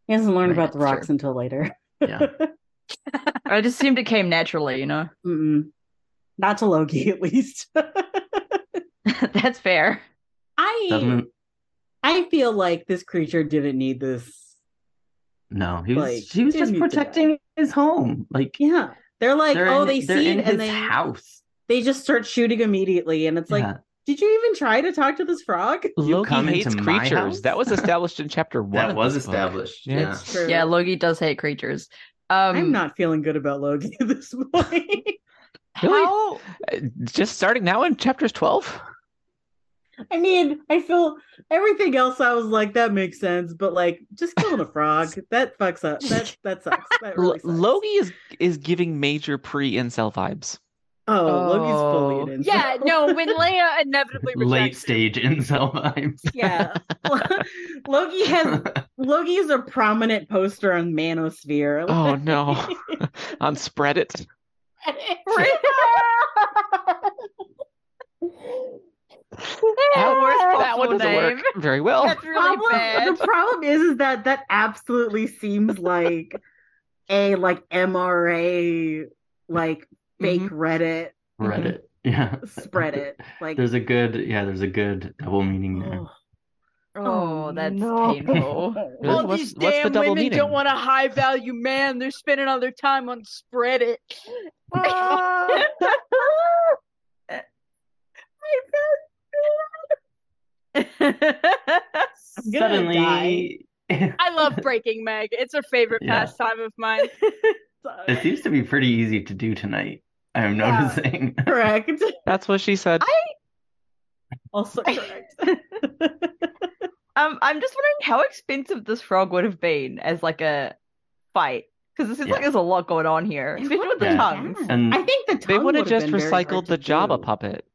Speaker 1: He hasn't learned
Speaker 3: Right,
Speaker 1: about the
Speaker 3: that's
Speaker 1: rocks
Speaker 3: true.
Speaker 1: until later.
Speaker 2: yeah.
Speaker 3: I just seemed it came naturally, you know.
Speaker 1: Mm-mm. Not to Loki, at least.
Speaker 3: That's fair.
Speaker 1: I
Speaker 2: Doesn't
Speaker 1: I feel like this creature didn't need this.
Speaker 2: no. He was
Speaker 1: Like,
Speaker 2: he was
Speaker 1: didn't
Speaker 2: just
Speaker 1: need to
Speaker 2: protecting his home. Like
Speaker 1: Yeah. They're like,
Speaker 2: they're
Speaker 1: oh,
Speaker 2: in-
Speaker 1: they
Speaker 2: they're
Speaker 1: see
Speaker 2: in
Speaker 1: it and
Speaker 2: his
Speaker 1: they
Speaker 2: house.
Speaker 1: they just start shooting immediately. And it's like,
Speaker 2: Yeah.
Speaker 1: did you even try to talk to this frog?
Speaker 2: You
Speaker 4: Loki
Speaker 2: come
Speaker 4: hates
Speaker 2: into my
Speaker 4: creatures.
Speaker 2: house?
Speaker 4: That was established in chapter one.
Speaker 2: that
Speaker 4: of
Speaker 2: was
Speaker 4: this book.
Speaker 2: established.
Speaker 4: Yeah.
Speaker 2: Yeah.
Speaker 1: It's true.
Speaker 3: Yeah, Logie does hate creatures. Um
Speaker 1: I'm not feeling good about Loki at this point.
Speaker 4: Really?
Speaker 3: how Oh,
Speaker 4: Uh, Just starting now in chapters twelve.
Speaker 1: I mean, I feel everything else I was like, that makes sense, but like just killing a frog, that fucks up. That that sucks. That
Speaker 4: L-
Speaker 1: really sucks.
Speaker 4: Loki is is giving major pre incel vibes.
Speaker 1: Oh,
Speaker 3: Oh.
Speaker 1: Loki's fully in.
Speaker 7: yeah, no, when Leia inevitably rejects
Speaker 2: Late
Speaker 7: him.
Speaker 2: stage incel vibes.
Speaker 1: Yeah. Loki has Loki is a prominent poster on Manosphere.
Speaker 4: Oh no, on Spreadit.
Speaker 3: how worst
Speaker 4: That one
Speaker 3: possible
Speaker 4: doesn't
Speaker 3: name?
Speaker 4: work very
Speaker 1: Oh,
Speaker 4: well.
Speaker 3: That's really
Speaker 1: problem,
Speaker 3: bad.
Speaker 1: the problem is, is that that absolutely seems like a like MRA like fake
Speaker 4: Mhm.
Speaker 1: Reddit
Speaker 2: Reddit. Yeah.
Speaker 1: spread it like
Speaker 2: There's a good yeah, there's a good double meaning there.
Speaker 3: Oh, that's
Speaker 1: no.
Speaker 3: painful.
Speaker 4: Really?
Speaker 7: All
Speaker 4: What's-
Speaker 7: these
Speaker 4: what's the
Speaker 7: damn
Speaker 4: double
Speaker 7: women don't
Speaker 4: meaning?
Speaker 7: want a high value man. They're spending all their time on spread it.
Speaker 1: I'm gonna die.
Speaker 2: Suddenly
Speaker 7: I love breaking Meg. It's a favorite
Speaker 2: Yeah.
Speaker 7: pastime of mine.
Speaker 2: It seems to be pretty easy to do tonight. I'm
Speaker 1: Yeah.
Speaker 2: noticing.
Speaker 1: correct.
Speaker 4: That's what she said.
Speaker 1: Also correct.
Speaker 3: Um, I'm just wondering how expensive this frog would have been as like a fight because it seems like
Speaker 2: Yeah.
Speaker 3: there's a lot going on here,
Speaker 1: It
Speaker 3: especially
Speaker 1: would
Speaker 3: with the
Speaker 2: be
Speaker 3: tongues.
Speaker 2: And
Speaker 1: I think the
Speaker 4: They
Speaker 1: tongue
Speaker 4: would have
Speaker 1: would've
Speaker 4: just
Speaker 1: been very hard
Speaker 4: recycled
Speaker 1: to
Speaker 4: the Java
Speaker 1: do.
Speaker 4: puppet.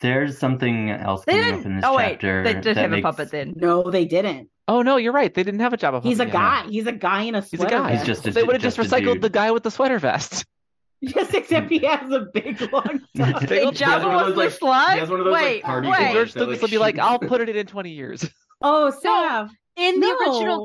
Speaker 2: there's something else
Speaker 3: They
Speaker 2: coming up
Speaker 3: didn't-
Speaker 2: in this
Speaker 3: oh wait,
Speaker 2: chapter.
Speaker 3: they did
Speaker 2: that
Speaker 3: have
Speaker 2: makes-
Speaker 3: a puppet then.
Speaker 1: No, they didn't.
Speaker 4: Oh no, you're right. They didn't have a Java puppet.
Speaker 1: He's a
Speaker 4: yet.
Speaker 1: guy. He's a guy in a
Speaker 4: He's a
Speaker 1: sweater.
Speaker 4: guy.
Speaker 2: He's
Speaker 1: vest.
Speaker 2: just a
Speaker 4: they
Speaker 2: dude-
Speaker 4: would have just,
Speaker 2: just a
Speaker 4: recycled
Speaker 2: dude.
Speaker 4: the guy with the sweater vest.
Speaker 1: Yes, except he has a big long tongue.
Speaker 2: Big
Speaker 3: Hey,
Speaker 2: old- he has
Speaker 3: Java
Speaker 2: one of those,
Speaker 3: was
Speaker 2: like-
Speaker 3: the slut?
Speaker 2: he has one of those, like,
Speaker 3: wait,
Speaker 2: party
Speaker 3: wait.
Speaker 2: Hey,
Speaker 4: George
Speaker 2: that
Speaker 4: Lucas
Speaker 2: was-
Speaker 4: would be like, "I'll put it in in 20 years."
Speaker 1: oh, Sav.
Speaker 7: In the original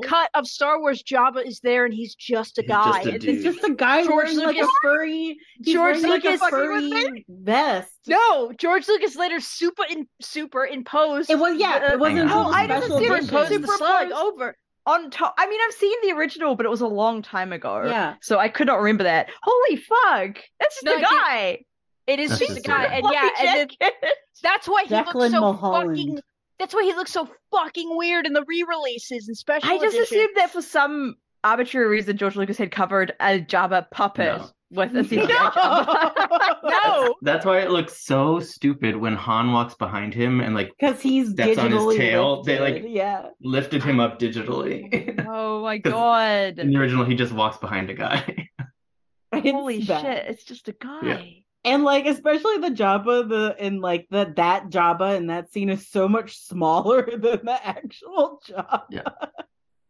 Speaker 1: No.
Speaker 7: cut of Star Wars, Jabba is there and he's just a
Speaker 2: He's just
Speaker 7: guy.
Speaker 2: a
Speaker 7: And
Speaker 1: It's
Speaker 2: dude.
Speaker 1: just a guy
Speaker 7: George
Speaker 1: wearing like a
Speaker 7: Lucas-
Speaker 1: furry. He's
Speaker 7: George
Speaker 1: wearing, like
Speaker 7: Lucas
Speaker 1: a
Speaker 7: fucking was
Speaker 1: furry vest.
Speaker 7: No, George Lucas later super in, superimposed.
Speaker 1: It was yeah.
Speaker 7: the-
Speaker 1: It wasn't.
Speaker 2: Hang on.
Speaker 1: a
Speaker 2: Oh, I didn't
Speaker 1: special
Speaker 2: see it.
Speaker 1: edition.
Speaker 7: superimpose the
Speaker 3: Superimposed.
Speaker 7: slug over.
Speaker 3: On top, I mean, I've seen the original, but it was a long time ago,
Speaker 1: Yeah.
Speaker 3: so I could not remember that. Holy fuck, that's just
Speaker 7: No,
Speaker 3: a
Speaker 7: I think-
Speaker 3: guy.
Speaker 7: It is
Speaker 2: That's
Speaker 7: just a
Speaker 2: just a
Speaker 7: guy.
Speaker 2: guy.
Speaker 7: And yeah, and then
Speaker 3: then
Speaker 7: that's why he
Speaker 1: Declan
Speaker 7: looks so
Speaker 1: Mulholland.
Speaker 7: fucking that's why he looks so fucking weird in the re-releases and special
Speaker 3: I just
Speaker 7: editions.
Speaker 3: assumed that for some arbitrary reason, George Lucas had covered a Jabba puppet
Speaker 2: No.
Speaker 3: with a CGI Jabba.
Speaker 1: No,
Speaker 7: No.
Speaker 2: That's why it looks so stupid when Han walks behind him and like
Speaker 1: because he's
Speaker 2: That's on his
Speaker 1: digitally
Speaker 2: tail. They, like-
Speaker 1: lifted. yeah.
Speaker 2: lifted him up digitally.
Speaker 3: oh my god!
Speaker 2: In the original, he just walks behind a guy.
Speaker 1: It's
Speaker 3: Holy
Speaker 1: bad.
Speaker 3: shit! It's just a guy.
Speaker 1: And like especially the Jabba the and like the that Jabba in that scene is so much smaller than the actual Jabba.
Speaker 2: Yeah.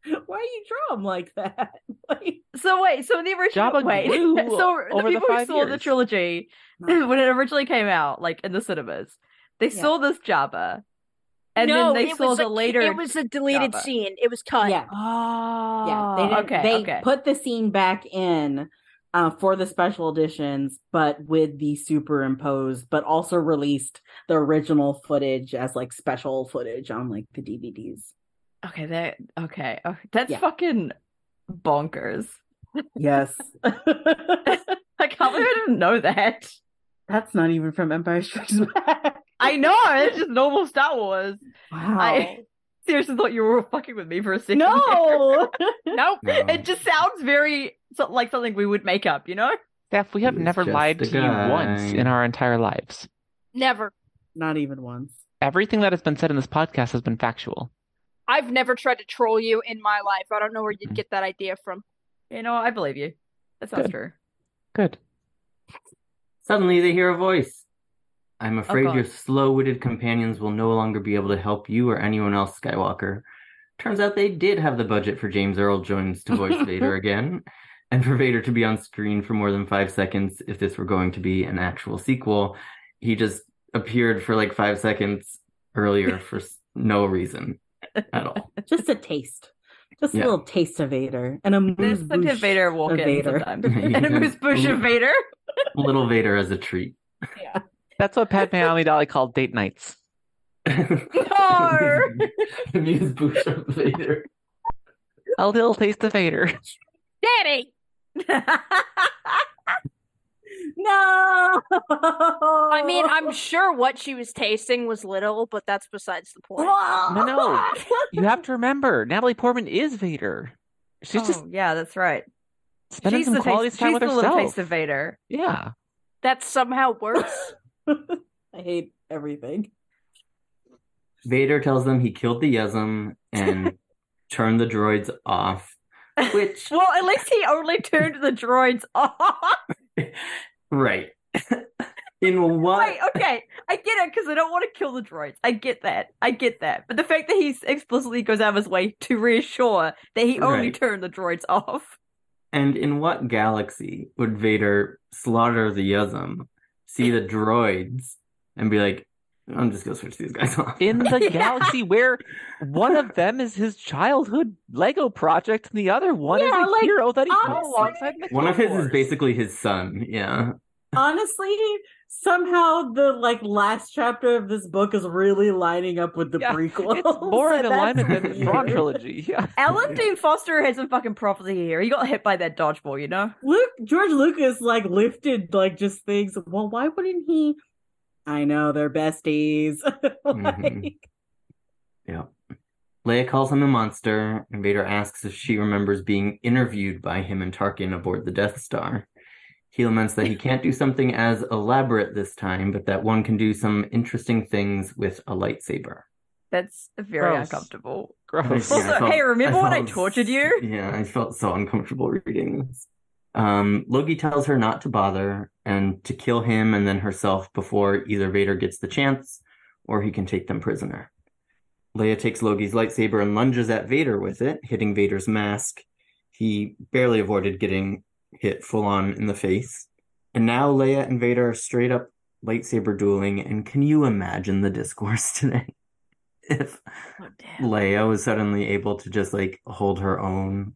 Speaker 1: Why you draw him like that? Like
Speaker 3: So wait, so in the original
Speaker 4: Jabba
Speaker 3: wait,
Speaker 4: grew
Speaker 3: so
Speaker 4: over
Speaker 3: the
Speaker 4: the
Speaker 3: people who
Speaker 4: five
Speaker 3: saw the
Speaker 4: years.
Speaker 3: trilogy when it originally came out, like in the cinemas, they
Speaker 1: Yeah.
Speaker 3: saw this Jabba, and
Speaker 7: No,
Speaker 3: then they
Speaker 7: it
Speaker 3: saw
Speaker 7: was
Speaker 3: the
Speaker 7: a-
Speaker 3: later.
Speaker 7: It was a deleted
Speaker 3: Jabba.
Speaker 7: scene. It was cut.
Speaker 1: yeah,
Speaker 3: oh,
Speaker 7: Ah.
Speaker 1: yeah. They didn't-
Speaker 3: okay,
Speaker 1: they
Speaker 3: okay.
Speaker 1: put the scene back in uh, for the special editions, but with the superimposed, but also released the original footage as like special footage on like the DVDs.
Speaker 3: okay, that okay, okay, that's
Speaker 1: Yeah.
Speaker 3: fucking bonkers.
Speaker 1: Yes.
Speaker 3: I can't believe I didn't know that.
Speaker 1: That's not even from Empire Strikes Back.
Speaker 3: I know it's just normal Star Wars.
Speaker 1: Wow.
Speaker 3: I seriously thought you were fucking with me for a second.
Speaker 1: No.
Speaker 3: there. nope.
Speaker 2: No.
Speaker 3: It just sounds very so- like something we would make up, you know?
Speaker 4: Steph, we have
Speaker 2: He's
Speaker 4: never
Speaker 2: just
Speaker 4: lied
Speaker 2: a
Speaker 4: to you once
Speaker 2: guy.
Speaker 4: in our entire lives.
Speaker 7: Never.
Speaker 1: Not even once.
Speaker 4: Everything that has been said in this podcast has been factual.
Speaker 7: I've never tried to troll you in my life. I don't know where you'd get that idea from.
Speaker 3: You know, I believe you. That sounds
Speaker 4: Good.
Speaker 3: true.
Speaker 4: Good.
Speaker 2: Suddenly they hear a voice. I'm afraid
Speaker 3: God.
Speaker 2: your slow witted companions will no longer be able to help you or anyone else, Skywalker. Turns out they did have the budget for James Earl Jones to voice Vader again, and for Vader to be on screen for more than five seconds if this were going to be an actual sequel. He just appeared for like five seconds earlier for s- no reason at all.
Speaker 1: Just a taste. Just
Speaker 2: Yeah.
Speaker 1: a little taste of Vader. And a moose
Speaker 3: There's like a
Speaker 1: boosh.
Speaker 3: Vader walk in
Speaker 1: Vader.
Speaker 3: sometimes. And a moose bush of Vader.
Speaker 2: Little Vader as a treat.
Speaker 4: That's what Padme Amidala called date nights.
Speaker 3: No.
Speaker 2: Amuse Bush of Vader.
Speaker 4: A little taste of Vader.
Speaker 7: Daddy!
Speaker 1: No.
Speaker 7: I
Speaker 1: I
Speaker 7: mean, I'm sure what she was tasting was little, but that's besides the point.
Speaker 4: No, no. You have to remember, Natalie Portman is Vader. She's just
Speaker 3: oh, yeah, that's right.
Speaker 4: spending
Speaker 3: she's
Speaker 4: some
Speaker 3: the
Speaker 4: quality
Speaker 3: taste,
Speaker 4: time
Speaker 3: she's
Speaker 4: with
Speaker 3: the little taste
Speaker 4: herself.
Speaker 3: of Vader.
Speaker 4: Yeah.
Speaker 7: That's somehow worse.
Speaker 1: I hate everything.
Speaker 2: Vader tells them he killed the Yuzum and turned the droids off, which
Speaker 3: Well, at least he only turned the droids off.
Speaker 2: right. In what
Speaker 3: Wait, oh. okay, I get it because I don't want to kill the droids. I get that. I get that. But the fact that he explicitly goes out of his way to reassure that he only
Speaker 2: Right.
Speaker 3: turned the droids off.
Speaker 2: and in what galaxy would Vader slaughter the Yuzum, see the droids, and be like, I'm just gonna switch these guys off.
Speaker 4: In the
Speaker 3: Yeah.
Speaker 4: galaxy where one of them is his childhood Lego project and the other one
Speaker 1: Yeah,
Speaker 4: is a
Speaker 1: like,
Speaker 4: hero that he fought
Speaker 1: honestly,
Speaker 4: alongside in the
Speaker 2: One of his
Speaker 4: Clone
Speaker 2: is basically his son, yeah.
Speaker 1: Honestly, somehow the like last chapter of this book is really lining up with the
Speaker 4: Yeah,
Speaker 1: prequel.
Speaker 4: Wars. It's more in alignment than the
Speaker 2: weird.
Speaker 4: Thrawn trilogy. Yeah.
Speaker 3: Alan Dean Foster had some fucking prophecy here. He got hit by that dodgeball, you know?
Speaker 1: Luke George Lucas like lifted like just things. Well, why wouldn't he? I know they're besties. Mm-hmm.
Speaker 2: Mhm. Yeah. Leia calls him a monster, and Vader asks if she remembers being interviewed by him and Tarkin aboard the Death Star. He laments that he can't do something as elaborate this time, but that one can do some interesting things with a lightsaber.
Speaker 3: That's very
Speaker 4: Gross.
Speaker 3: uncomfortable.
Speaker 4: Gross.
Speaker 2: Yeah,
Speaker 3: Also, hey, remember when I
Speaker 2: felt-
Speaker 3: tortured you?
Speaker 2: Yeah, I felt so uncomfortable reading this. Um, Loki tells her not to bother and to kill him and then herself before either Vader gets the chance or he can take them prisoner. Leia takes Loki's lightsaber and lunges at Vader with it, hitting Vader's mask. He barely avoided getting hit full on in the face. And now Leia and Vader are straight up lightsaber dueling. And can you imagine the discourse today? if
Speaker 3: Oh, damn.
Speaker 2: Leia was suddenly able to just like hold her own.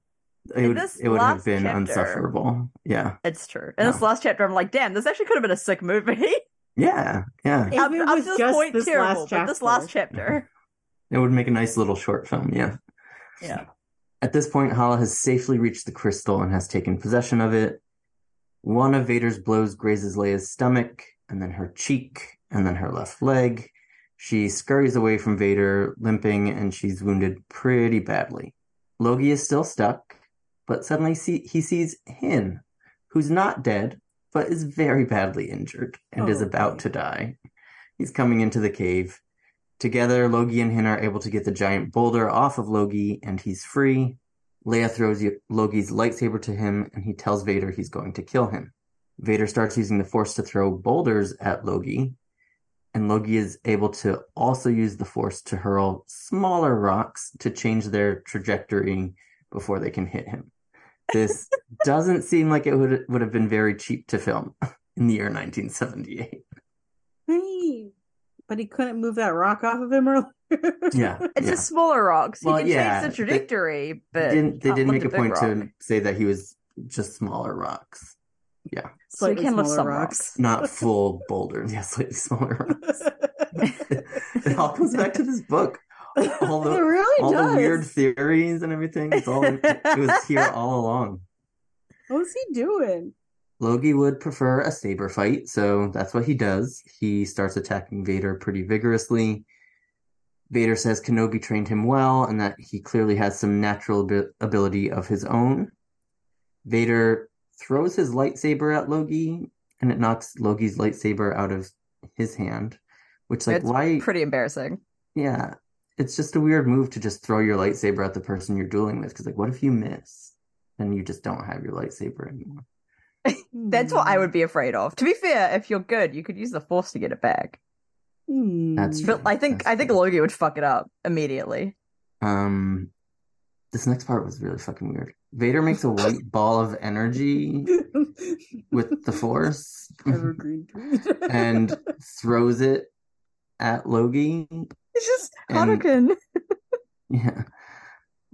Speaker 2: It
Speaker 3: In
Speaker 2: would,
Speaker 3: this
Speaker 2: it would have
Speaker 3: last
Speaker 2: been
Speaker 3: chapter-
Speaker 2: unsufferable. Yeah.
Speaker 3: It's true. In this
Speaker 2: No.
Speaker 3: last chapter, I'm like, damn, this actually could have been a sick movie.
Speaker 2: Yeah. Yeah.
Speaker 1: If
Speaker 3: up,
Speaker 1: it
Speaker 3: up
Speaker 1: was
Speaker 3: to this
Speaker 1: just
Speaker 3: point,
Speaker 1: this
Speaker 3: terrible,
Speaker 1: last
Speaker 3: but this last chapter.
Speaker 2: Mm-hmm. It would make a nice little short film. Yeah.
Speaker 3: Yeah.
Speaker 2: At this point, Hala has safely reached the crystal and has taken possession of it. One of Vader's blows grazes Leia's stomach, and then her cheek, and then her left leg. She scurries away from Vader, limping, and she's wounded pretty badly. Logie is still stuck, but suddenly see- he sees Hin, who's not dead, but is very badly injured and is
Speaker 3: Oh.
Speaker 2: about to die. He's coming into the cave. Together, Logi and Hin are able to get the giant boulder off of Logi, and he's free. Leia throws y- Logi's lightsaber to him, and he tells Vader he's going to kill him. Vader starts using the Force to throw boulders at Logi, and Logi is able to also use the Force to hurl smaller rocks to change their trajectory before they can hit him. This doesn't seem like it would would have been very cheap to film in the year 1978.
Speaker 1: Hey. But he couldn't move that rock off of him earlier.
Speaker 2: Yeah,
Speaker 3: It's
Speaker 2: yeah.
Speaker 3: a smaller rock, so
Speaker 2: Well,
Speaker 3: you can
Speaker 2: yeah,
Speaker 3: change
Speaker 2: they-
Speaker 3: the trajectory, but
Speaker 2: they didn't, they
Speaker 3: can't
Speaker 2: didn't make
Speaker 3: lift
Speaker 2: a
Speaker 3: big
Speaker 2: point
Speaker 3: rock.
Speaker 2: to say that he was just smaller rocks,
Speaker 3: So we
Speaker 1: Slightly
Speaker 3: can lift
Speaker 1: smaller
Speaker 3: some
Speaker 1: rocks.
Speaker 2: not full boulders. Yeah, slightly smaller rocks. it all comes back to this book. All the-
Speaker 1: it really
Speaker 2: all
Speaker 1: does.
Speaker 2: the weird theories and everything. It's all it was here all along.
Speaker 1: What was he doing?
Speaker 2: Logi would prefer a saber fight, so that's what he does. He starts attacking Vader pretty vigorously. Vader says Kenobi trained him well and that he clearly has some natural abi- ability of his own. Vader throws his lightsaber at Logi and it knocks Logi's lightsaber out of his hand, which like
Speaker 3: It's
Speaker 2: why
Speaker 3: Pretty embarrassing.
Speaker 2: yeah, it's just a weird move to just throw your lightsaber at the person you're dueling with. Because like, what if you miss? Then you just don't have your lightsaber anymore.
Speaker 3: That's what
Speaker 1: Mm.
Speaker 3: I would be afraid of. To be fair, if you're good, you could use the force to get it back.
Speaker 1: Hmm.
Speaker 2: That's true.
Speaker 3: But I think
Speaker 2: That's
Speaker 3: I think
Speaker 2: fair.
Speaker 3: Logie would fuck it up immediately.
Speaker 2: Um, this next part was really fucking weird. Vader makes a white ball of energy with the Force
Speaker 1: Evergreen tweet.
Speaker 2: and throws it at Logi.
Speaker 3: It's just
Speaker 2: And-
Speaker 3: Hanukkah.
Speaker 2: Yeah.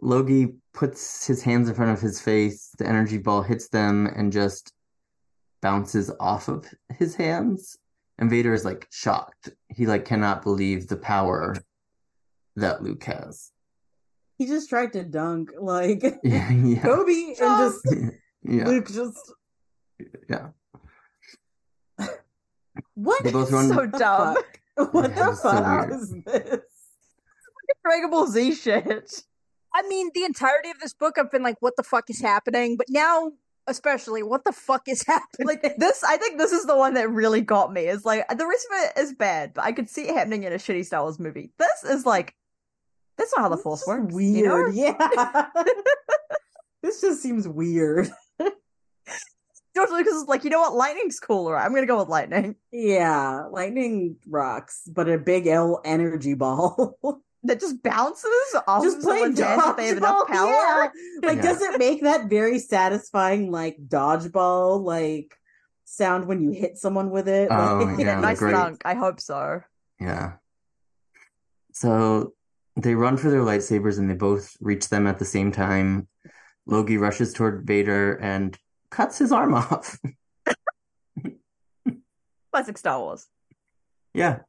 Speaker 2: Logi puts his hands in front of his face. The energy ball hits them and just bounces off of his hands. And Vader is like shocked. He like cannot believe the power that Luke has.
Speaker 1: he just tried to dunk like
Speaker 2: Yeah, yeah,
Speaker 1: Kobe and just
Speaker 2: yeah.
Speaker 1: Luke just
Speaker 2: Yeah.
Speaker 1: What?
Speaker 2: They both
Speaker 1: is
Speaker 2: run-
Speaker 1: the
Speaker 3: So dumb.
Speaker 1: fuck? What
Speaker 2: Yeah,
Speaker 1: the
Speaker 2: it's so
Speaker 1: fuck
Speaker 2: weird.
Speaker 1: is this?
Speaker 3: Dragon Ball Z shit.
Speaker 7: I mean, the entirety of this book, I've been like, what the fuck is happening? But now, especially, what the fuck is happening?
Speaker 3: Like this, I think this is the one that really got me. Is like the rest of it is bad, but I could see it happening in a shitty Star Wars movie. This is like, that's not how the
Speaker 1: This
Speaker 3: force
Speaker 1: is
Speaker 3: works.
Speaker 1: Weird.
Speaker 3: you know?
Speaker 1: Yeah. this just seems weird.
Speaker 3: George Lucas is like, you know what? Lightning's cooler. I'm gonna go with lightning.
Speaker 1: Yeah. Lightning rocks, but a big L energy ball.
Speaker 3: That just bounces off.
Speaker 1: just
Speaker 3: of
Speaker 1: play
Speaker 3: someone's hands if they
Speaker 1: dodgeball.
Speaker 3: have enough power.
Speaker 1: Yeah.
Speaker 2: Oh,
Speaker 1: Like,
Speaker 2: Yeah.
Speaker 1: does it make that very satisfying, like dodgeball, like sound when you hit someone with it?
Speaker 2: Oh,
Speaker 1: Like-
Speaker 2: yeah.
Speaker 3: nice
Speaker 2: great.
Speaker 3: dunk. I hope so.
Speaker 2: Yeah. So they run for their lightsabers and they both reach them at the same time. Logi rushes toward Vader and cuts his arm off.
Speaker 3: Classic Star Wars.
Speaker 2: Yeah.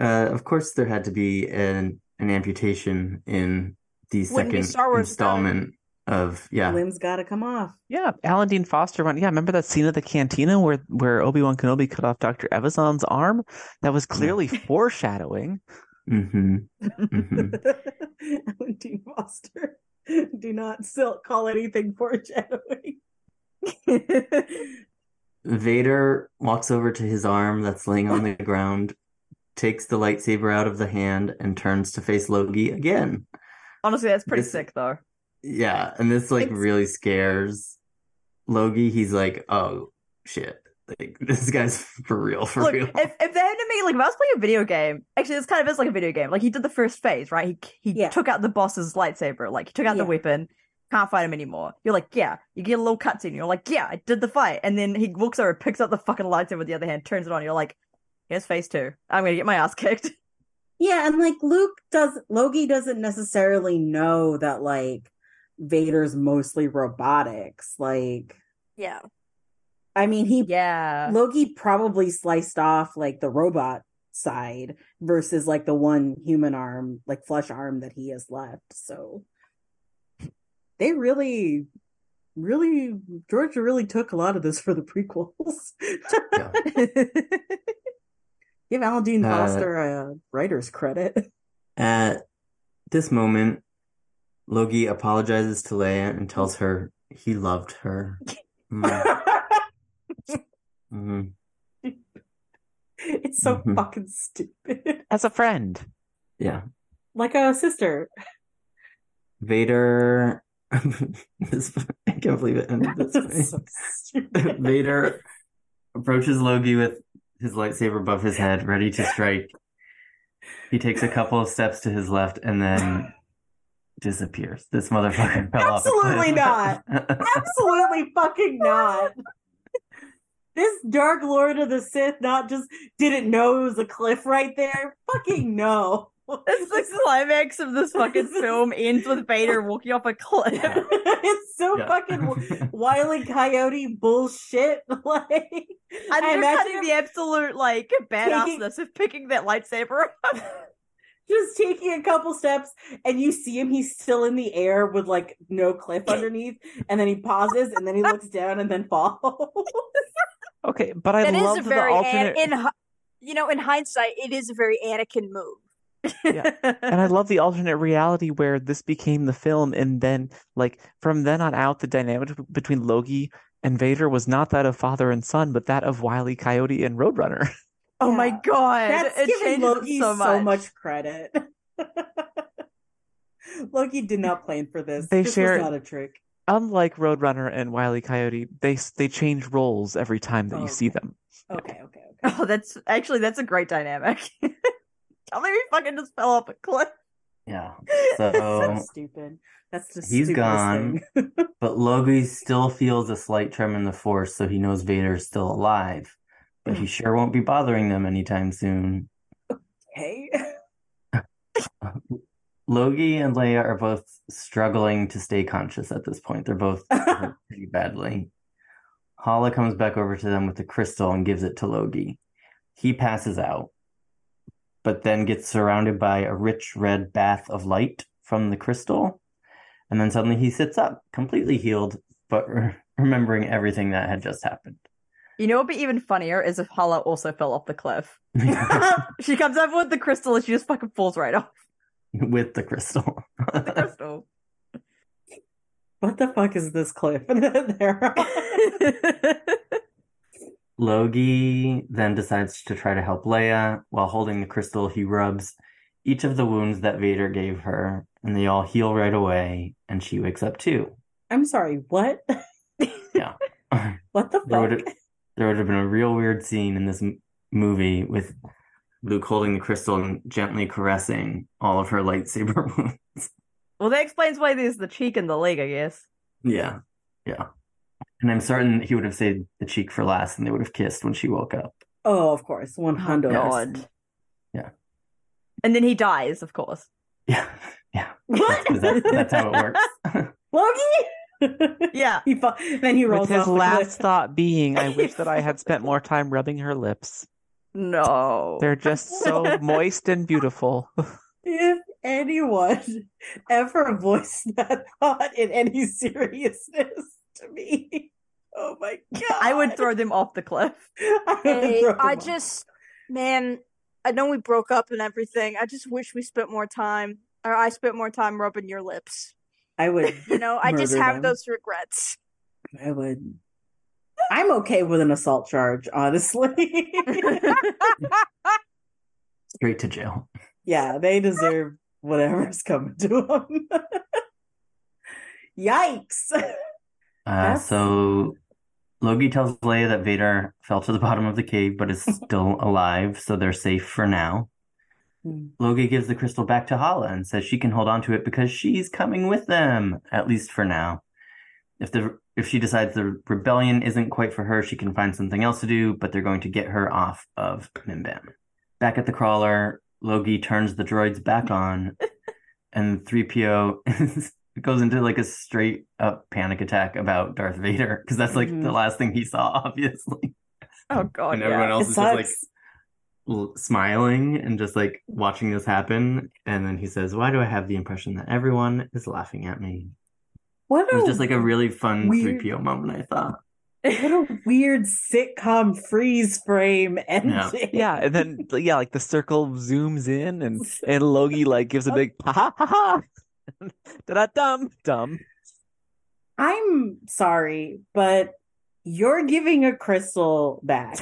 Speaker 2: Uh, of course, there had to be an an amputation in the
Speaker 7: Wouldn't be
Speaker 2: second
Speaker 7: Star Wars without it.
Speaker 2: installment of yeah.
Speaker 1: Limbs gotta come off.
Speaker 4: Yeah, Alan Dean Foster went. Yeah, remember that scene at the cantina where where Obi Wan Kenobi cut off Doctor Evazan's arm? That was clearly foreshadowing.
Speaker 2: hmm hmm
Speaker 1: Alan Dean Foster. Do not sil- call anything foreshadowing.
Speaker 2: Vader walks over to his arm that's laying on the ground, takes the lightsaber out of the hand, and turns to face Logi again.
Speaker 3: Honestly, that's pretty
Speaker 2: This-
Speaker 3: sick though.
Speaker 2: Yeah, and this like
Speaker 1: It's-
Speaker 2: really scares Logi. He's like, "Oh shit! Like this guy's for real, for
Speaker 3: Look,
Speaker 2: real."
Speaker 3: if, if they had to make like if I was playing a video game, actually this kind of is like a video game. Like he did the first phase, right? He he
Speaker 1: Yeah.
Speaker 3: took out the boss's lightsaber, like he took out
Speaker 1: Yeah.
Speaker 3: the weapon, can't fight him anymore. You're like, yeah. You get a little cutscene, you're like, yeah, I did the fight. And then he walks over, picks up the fucking lightsaber with the other hand, turns it on, you're like, here's phase two. I'm gonna get my ass kicked.
Speaker 1: Yeah, and like Luke does Loki doesn't necessarily know that like Vader's mostly robotics. Like
Speaker 7: yeah.
Speaker 1: I mean he
Speaker 3: Yeah.
Speaker 1: Loki probably sliced off like the robot side versus like the one human arm, like flesh arm that he has left. So they really really Georgia really took a lot of this for the prequels.
Speaker 2: Yeah.
Speaker 1: Give Alan Dean
Speaker 2: Uh,
Speaker 1: Foster a writer's credit.
Speaker 2: At this moment, Logi apologizes to Leia and tells her he loved her. Mm, mhm.
Speaker 1: it's so
Speaker 3: Mm-hmm.
Speaker 2: Mhm.
Speaker 1: fucking stupid.
Speaker 4: As a friend.
Speaker 2: Yeah.
Speaker 1: Like a sister.
Speaker 2: Vader. this, I can't believe it ended this way.
Speaker 1: It's so stupid.
Speaker 2: Vader approaches Logi with his lightsaber above his head, ready to strike. He takes a couple of steps to his left and then disappears. This motherfucker fell off. a
Speaker 1: Absolutely
Speaker 2: cliff.
Speaker 1: Absolutely fucking not. This Dark Lord of the Sith not just didn't know it was a cliff right there. Fucking no.
Speaker 3: It's the climax of this fucking film ends with Vader walking off a cliff.
Speaker 1: it's so
Speaker 2: Yeah.
Speaker 1: fucking wily coyote bullshit. Like
Speaker 3: And
Speaker 1: I imagine
Speaker 3: undercutting the absolute like badassness of picking that lightsaber up.
Speaker 1: just taking a couple steps and you see him he's still in the air with like no cliff underneath and then he pauses and then he looks down and then falls
Speaker 4: Okay, but I
Speaker 7: That is
Speaker 4: love
Speaker 7: a
Speaker 4: the
Speaker 7: very
Speaker 4: alternate.
Speaker 7: An- in hi- you know in hindsight it is a very Anakin move.
Speaker 4: and I love the alternate reality where this became the film, and then like from then on out, the dynamic between Logie and Vader was not that of father and son, but that of Wile E. Coyote and Roadrunner.
Speaker 3: Oh my
Speaker 1: Yeah.
Speaker 3: god.
Speaker 1: that's
Speaker 3: it
Speaker 1: giving
Speaker 3: changes it
Speaker 1: loki
Speaker 3: so
Speaker 1: so much,
Speaker 3: much.
Speaker 1: credit loki did not plan for this
Speaker 4: They
Speaker 1: this
Speaker 4: share-
Speaker 1: was not a trick
Speaker 4: Unlike Roadrunner and Wile E. Coyote, they s- they change roles every time that you see
Speaker 1: Okay.
Speaker 4: them.
Speaker 1: okay okay okay
Speaker 3: Oh, that's actually that's a great dynamic. Tell me we fucking just fell off a cliff.
Speaker 2: Yeah.
Speaker 1: so
Speaker 2: So,
Speaker 1: stupid that's just
Speaker 2: He's gone. but Logi still feels a slight trem in the force, so he knows Vader's still alive. But he sure won't be bothering them anytime soon.
Speaker 1: hey
Speaker 2: Logi and Leia are both struggling to stay conscious at this point. They're both hurt pretty badly. Hala comes back over to them with the crystal and gives it to Logi. He passes out, but then gets surrounded by a rich red bath of light from the crystal. And then suddenly he sits up, completely healed, but re- remembering everything that had just happened.
Speaker 3: You know what would be even funnier is if Hala also fell off the cliff. she comes over with the crystal and she just fucking falls right off
Speaker 2: with the crystal.
Speaker 3: the crystal.
Speaker 1: what the fuck is this cliff there
Speaker 2: Logi then decides to try to help Leia. While holding the crystal, he rubs each of the wounds that Vader gave her, and they all heal right away, and she wakes up too.
Speaker 1: i'm sorry what
Speaker 2: Yeah. there,
Speaker 1: what the fuck
Speaker 2: would, there would have been a real weird scene in this m- movie with Luke holding the crystal and gently caressing all of her lightsaber wounds.
Speaker 3: well, that explains why there's the cheek and the leg, I guess.
Speaker 2: Yeah. Yeah. And I'm certain he would have saved the cheek for last, and they would have kissed when she woke up.
Speaker 1: oh of course 100
Speaker 3: God.
Speaker 2: Yeah.
Speaker 3: And then he dies, of course.
Speaker 2: Yeah. That's, that's- that's how it works.
Speaker 1: Loki?
Speaker 3: Yeah.
Speaker 1: he fall- then he rolls
Speaker 4: With his
Speaker 1: off the
Speaker 4: last
Speaker 1: cliff.
Speaker 4: thought being, "I wish that I had spent more time rubbing her lips.
Speaker 3: No.
Speaker 4: They're just so moist and beautiful."
Speaker 1: If anyone ever voiced that thought in any seriousness to me, oh my god,
Speaker 3: I would throw them off the cliff.
Speaker 1: I, would
Speaker 7: Hey,
Speaker 1: throw
Speaker 7: I
Speaker 1: them.
Speaker 7: just, man, I know we broke up and everything. I just wish we spent more time, or I spent more time rubbing your lips.
Speaker 1: I would,
Speaker 7: You know, I just
Speaker 1: Murder
Speaker 7: have
Speaker 1: them.
Speaker 7: those regrets.
Speaker 1: I would. I'm okay with an assault charge, honestly.
Speaker 2: Straight to jail.
Speaker 1: yeah, they deserve whatever's coming to them. Yikes!
Speaker 2: Uh,
Speaker 1: That's-
Speaker 2: so Logi tells Leia that Vader fell to the bottom of the cave but is still alive, so they're safe for now.
Speaker 1: Hmm.
Speaker 2: Logi gives the crystal back to Hala and says she can hold on to it because she's coming with them, at least for now. If the if she decides the rebellion isn't quite for her, she can find something else to do, but they're going to get her off of Mimbam. Back at the crawler, Logi turns the droids back on, and 3PO goes into like a straight up panic attack about Darth Vader because that's like the
Speaker 1: Mhm.
Speaker 2: last thing he saw, obviously.
Speaker 3: oh, God.
Speaker 2: and
Speaker 3: yeah.
Speaker 2: everyone
Speaker 1: It
Speaker 2: else is just like
Speaker 1: sucks.
Speaker 2: l- smiling and just like watching this happen. And then he says, Why do I have the impression that everyone is laughing at me?
Speaker 1: What
Speaker 2: It was
Speaker 1: a
Speaker 2: just like a really fun
Speaker 1: weird-
Speaker 2: 3PO moment, I thought.
Speaker 1: What a weird sitcom freeze frame ending.
Speaker 4: Yeah, and then yeah, like the circle zooms in and and Logie like gives a big ha ha ha. da da dum dum.
Speaker 1: I'm sorry, but you're giving a crystal back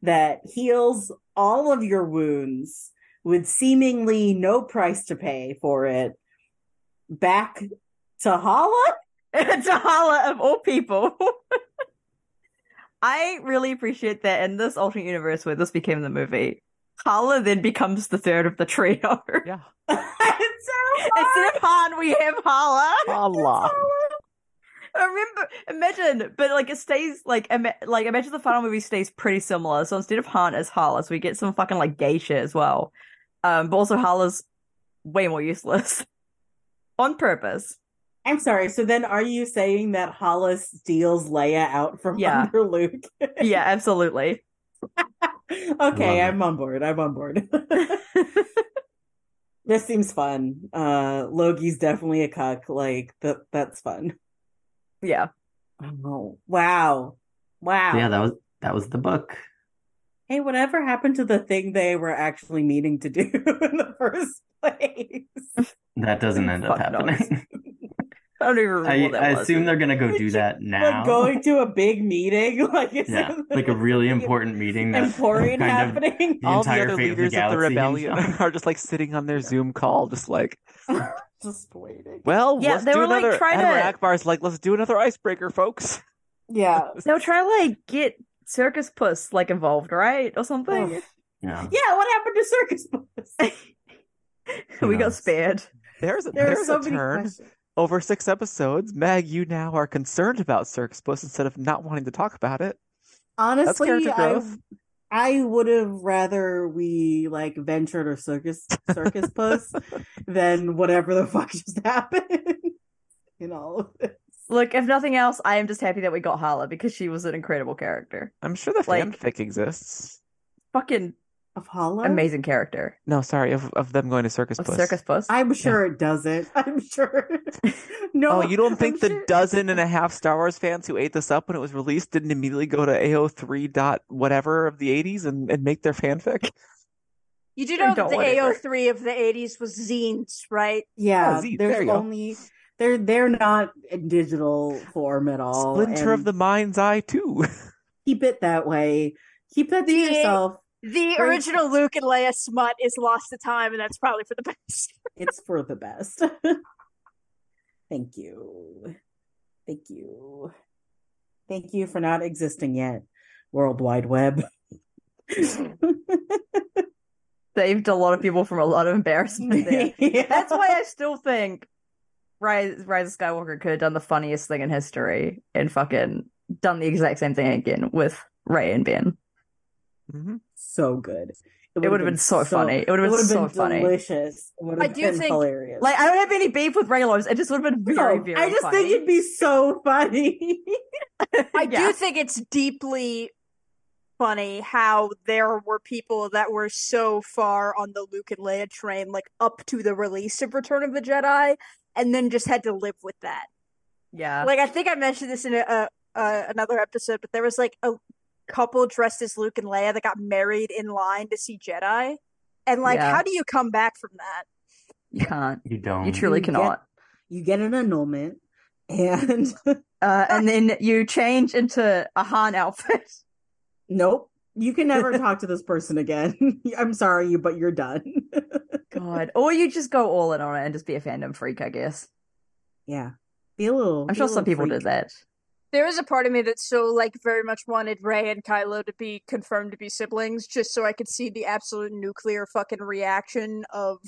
Speaker 1: that heals all of your wounds with seemingly no price to pay for it back to Hala?
Speaker 3: to Hala of all people. I really appreciate that in this alternate universe where this became the movie, Hala then becomes the third of the trio.
Speaker 4: Yeah.
Speaker 1: It's so
Speaker 3: Instead of Han, we have Hala.
Speaker 4: Hala.
Speaker 3: I remember, imagine, but like it stays like ima- like imagine the final movie stays pretty similar. So instead of Han, it's Hala. So we get some fucking like gay shit as well. Um, but also Hala's way more useless on purpose.
Speaker 1: I'm sorry. So then are you saying that Hala steals Leia out from
Speaker 3: Yeah.
Speaker 1: under Luke?
Speaker 3: Yeah, absolutely.
Speaker 2: Love
Speaker 1: okay,
Speaker 2: it.
Speaker 1: I'm on board. I'm on board. this seems fun. Uh Logie's definitely a cuck. Like that that's fun.
Speaker 3: Yeah,
Speaker 1: Oh, wow. Wow.
Speaker 2: Yeah, that was that was the book.
Speaker 1: Hey, whatever happened to the thing they were actually meaning to do in the first place?
Speaker 2: That doesn't end up
Speaker 3: Fuck knows.
Speaker 2: happening.
Speaker 3: I don't even remember
Speaker 2: I,
Speaker 3: what that
Speaker 2: I
Speaker 3: was.
Speaker 2: assume they're gonna go do that now.
Speaker 1: Like going to a big meeting, like it's
Speaker 2: yeah, like a really important meeting. That
Speaker 1: emporium
Speaker 2: kind of
Speaker 1: happening.
Speaker 2: the
Speaker 4: All the
Speaker 2: entire
Speaker 4: other
Speaker 2: fate of the
Speaker 4: leaders of the
Speaker 2: galaxy
Speaker 4: rebellion
Speaker 2: hinges on.
Speaker 4: are just like sitting on their Zoom call, just like,
Speaker 1: Just waiting.
Speaker 4: well,
Speaker 3: Yeah,
Speaker 4: let's
Speaker 3: they
Speaker 4: do
Speaker 3: were, like,
Speaker 4: another.
Speaker 3: trying
Speaker 4: Admiral
Speaker 3: to-
Speaker 4: Akbar's like, let's do another icebreaker, folks.
Speaker 1: Yeah.
Speaker 3: They'll try to like get Circus Puss like involved, right, or something.
Speaker 2: Yeah.
Speaker 1: Yeah, what happened to Circus Bus? Oh,
Speaker 2: Who
Speaker 3: we got
Speaker 2: knows?
Speaker 3: spared.
Speaker 4: There's a,
Speaker 1: There are
Speaker 4: there's
Speaker 1: so
Speaker 4: a
Speaker 1: many
Speaker 4: turn.
Speaker 1: questions.
Speaker 4: Over six episodes, Meg, you now are concerned about Circus Puss instead of not wanting to talk about it.
Speaker 1: Honestly,
Speaker 4: character
Speaker 1: I,
Speaker 4: growth.
Speaker 1: I would have rather we like ventured or circus circus puss than whatever the fuck just happened in all of this.
Speaker 3: Look, if nothing else, I am just happy that we got Hala because she was an incredible character.
Speaker 4: I'm sure the
Speaker 3: Like-
Speaker 4: fanfic exists.
Speaker 3: Fucking
Speaker 1: Of Hollow?
Speaker 3: amazing character
Speaker 4: No, sorry, of, of them going to Circus
Speaker 3: of
Speaker 4: Puss.
Speaker 3: Circus Puss.
Speaker 1: I'm sure it doesn't. I'm sure. No.
Speaker 4: Oh, you don't
Speaker 1: I'm
Speaker 4: think the
Speaker 1: sure-
Speaker 4: dozen and a half Star Wars fans who ate this up when it was released didn't immediately go to AO3 dot whatever of the 80s and, and make their fanfic?
Speaker 7: You do
Speaker 3: I
Speaker 7: know that
Speaker 3: don't
Speaker 7: the
Speaker 3: want it, right?
Speaker 7: AO3 of the 80s was zines, right?
Speaker 1: Yeah,
Speaker 4: Oh, Z,
Speaker 1: there's
Speaker 4: there you go.
Speaker 1: only they're they're not in digital form at all.
Speaker 4: Splinter of
Speaker 1: and
Speaker 4: the Mind's Eye 2.
Speaker 1: keep it that way. Keep that to
Speaker 7: Yeah.
Speaker 1: yourself.
Speaker 7: The
Speaker 1: Very-
Speaker 7: original Luke and Leia smut is lost to time, and that's probably for the best.
Speaker 1: It's for the best. Thank you. Thank you. Thank you for not existing yet, World Wide Web.
Speaker 3: Saved a lot of people from a lot of embarrassment there. That's why I still think Rise, Rise of Skywalker could have done the funniest thing in history and fucking done the exact same thing again with Ray and Ben.
Speaker 4: Mhm.
Speaker 1: so good.
Speaker 3: It would have been so funny. It would have been
Speaker 1: would've
Speaker 3: so funny.
Speaker 1: delicious. It would have
Speaker 7: I do
Speaker 1: been
Speaker 7: think,
Speaker 1: hilarious.
Speaker 3: Like I don't have any beef with Ray Lawrence. It just would have been very,
Speaker 1: No,
Speaker 3: very.
Speaker 1: I just
Speaker 3: funny.
Speaker 1: think it'd be so funny.
Speaker 7: I
Speaker 3: Yeah.
Speaker 7: do think it's deeply funny how there were people that were so far on the Luke and Leia train, like up to the release of Return of the Jedi, and then just had to live with that.
Speaker 3: Yeah.
Speaker 7: like I think I mentioned this in a, a, a another episode, but there was like a couple dressed as Luke and Leia that got married in line to see Jedi, and like,
Speaker 3: Yeah.
Speaker 7: how do you come back from that?
Speaker 3: you can't.
Speaker 2: You don't.
Speaker 3: You truly
Speaker 1: You get-
Speaker 3: cannot.
Speaker 1: you get an annulment, and
Speaker 3: Uh, and then you change into a Han outfit.
Speaker 1: nope, you can never talk to this person again. I'm sorry, you, but you're done.
Speaker 3: God. Or you just go all in on it and just be a fandom freak, I guess.
Speaker 1: yeah, be a little.
Speaker 3: I'm
Speaker 1: be a
Speaker 3: sure some
Speaker 1: little
Speaker 3: people
Speaker 1: freak.
Speaker 3: did that.
Speaker 7: There is a part of me that so like very much wanted Ray and Kylo to be confirmed to be siblings, just so I could see the absolute nuclear fucking reaction of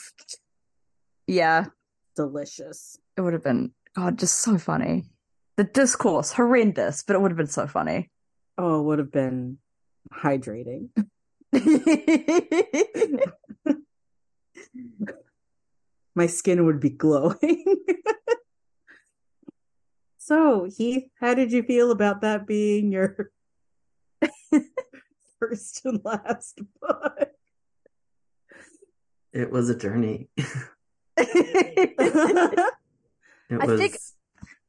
Speaker 3: Yeah.
Speaker 1: Delicious.
Speaker 3: It would have been, God, just so funny. The discourse, horrendous, but it would have been so funny.
Speaker 1: Oh, it would have been hydrating. My skin would be glowing. so, Heath, how did you feel about that being your first and last book?
Speaker 2: It was a journey. It
Speaker 7: I
Speaker 2: was
Speaker 7: think-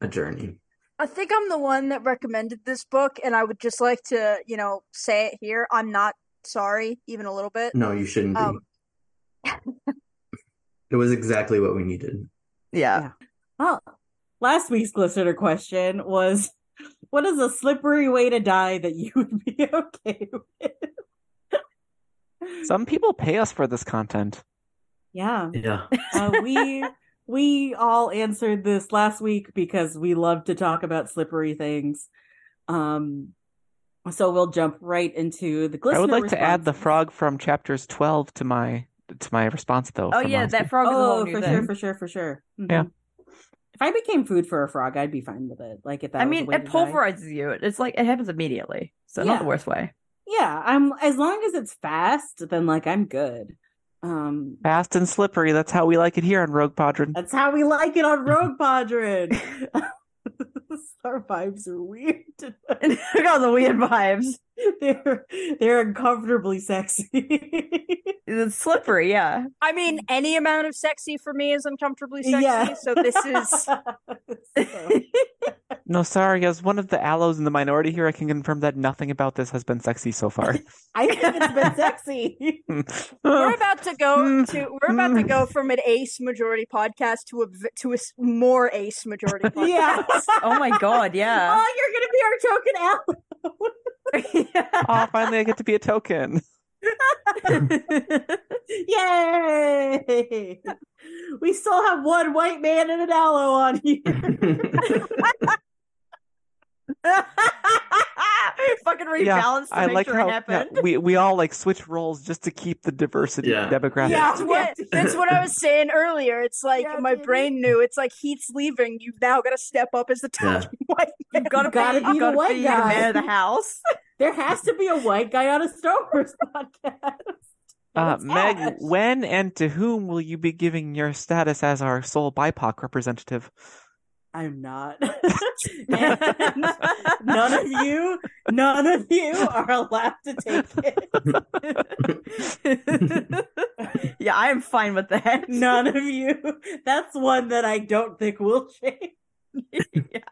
Speaker 2: a journey.
Speaker 7: I think I'm the one that recommended this book, and I would just like to, you know, say it here. I'm not sorry, even a little bit.
Speaker 2: No, you shouldn't be.
Speaker 7: Um,
Speaker 2: it was exactly what we needed.
Speaker 3: Yeah.
Speaker 1: Well, last week's glistener question was what is a slippery way to die that you would be okay with?
Speaker 4: Some people pay us for this content.
Speaker 1: Yeah.
Speaker 2: Yeah.
Speaker 1: Uh, we we all answered this last week because we love to talk about slippery things. Um so we'll jump right into the glistener
Speaker 4: I would like to add the
Speaker 1: responses.
Speaker 4: frog from chapters 12 to my to my response though.
Speaker 3: Oh
Speaker 4: from
Speaker 3: yeah,
Speaker 4: last
Speaker 3: that
Speaker 4: week.
Speaker 3: frog is a whole
Speaker 1: Oh,
Speaker 3: new
Speaker 1: for
Speaker 3: thing.
Speaker 1: sure, for sure, for sure.
Speaker 4: Yeah.
Speaker 1: Mhm. If I became food for a frog, I'd be fine with it. Like if that
Speaker 3: I
Speaker 1: was
Speaker 3: mean,
Speaker 1: the way
Speaker 3: it
Speaker 1: to die.
Speaker 3: pulverizes you. It's like it happens immediately, so not the
Speaker 1: Yeah.
Speaker 3: worst way.
Speaker 1: Yeah, I'm as long as it's fast, then like I'm good. Um
Speaker 4: fast and slippery. That's how we like it here on Rogue Podron.
Speaker 1: That's how we like it on Rogue Podrin. Our vibes are weird.
Speaker 3: And we got the weird vibes.
Speaker 1: they're they're uncomfortably sexy.
Speaker 3: It's slippery, yeah.
Speaker 7: I mean, any amount of sexy for me is uncomfortably sexy.
Speaker 1: Yeah.
Speaker 7: So this is
Speaker 1: So,
Speaker 4: No, sorry, as one of the aloes in the minority here, I can confirm that nothing about this has been sexy so far.
Speaker 1: I think it's been sexy.
Speaker 7: we're about to go
Speaker 4: Mm.
Speaker 7: to we're about to go from an ace majority podcast to a v- to a s- more ace majority podcast.
Speaker 1: Yeah.
Speaker 3: Oh my god, yeah.
Speaker 1: Oh, you're gonna be our token ally.
Speaker 4: Aw, Ah, finally I get to be a token.
Speaker 1: Yay! We still have one white man and an aloe on here.
Speaker 3: Fucking rebalance to
Speaker 4: I
Speaker 3: make
Speaker 4: like
Speaker 3: sure
Speaker 4: how
Speaker 3: it
Speaker 4: yeah,
Speaker 3: happened.
Speaker 4: we we all like switch roles just to keep the diversity
Speaker 2: Yeah.
Speaker 4: demographic.
Speaker 7: That's what that's what I was saying earlier. It's like
Speaker 1: Yeah,
Speaker 7: my
Speaker 1: dude.
Speaker 7: brain knew. It's like Heath's leaving. You've now got to step up as the
Speaker 2: Yeah.
Speaker 7: top white man.
Speaker 3: You've gotta,
Speaker 1: gotta be the
Speaker 3: gotta
Speaker 1: white
Speaker 3: be
Speaker 1: guy.
Speaker 3: man of the house.
Speaker 1: There has to be a white guy on a Star Wars podcast.
Speaker 4: Uh,
Speaker 1: That's
Speaker 4: Meg,
Speaker 1: us.
Speaker 4: when and to whom will you be giving your status as our sole BIPOC representative?
Speaker 1: I'm not. And none of you, none of you are allowed to take it.
Speaker 3: yeah, I am fine with that.
Speaker 1: None of you. That's one that I don't think will change.
Speaker 3: yeah.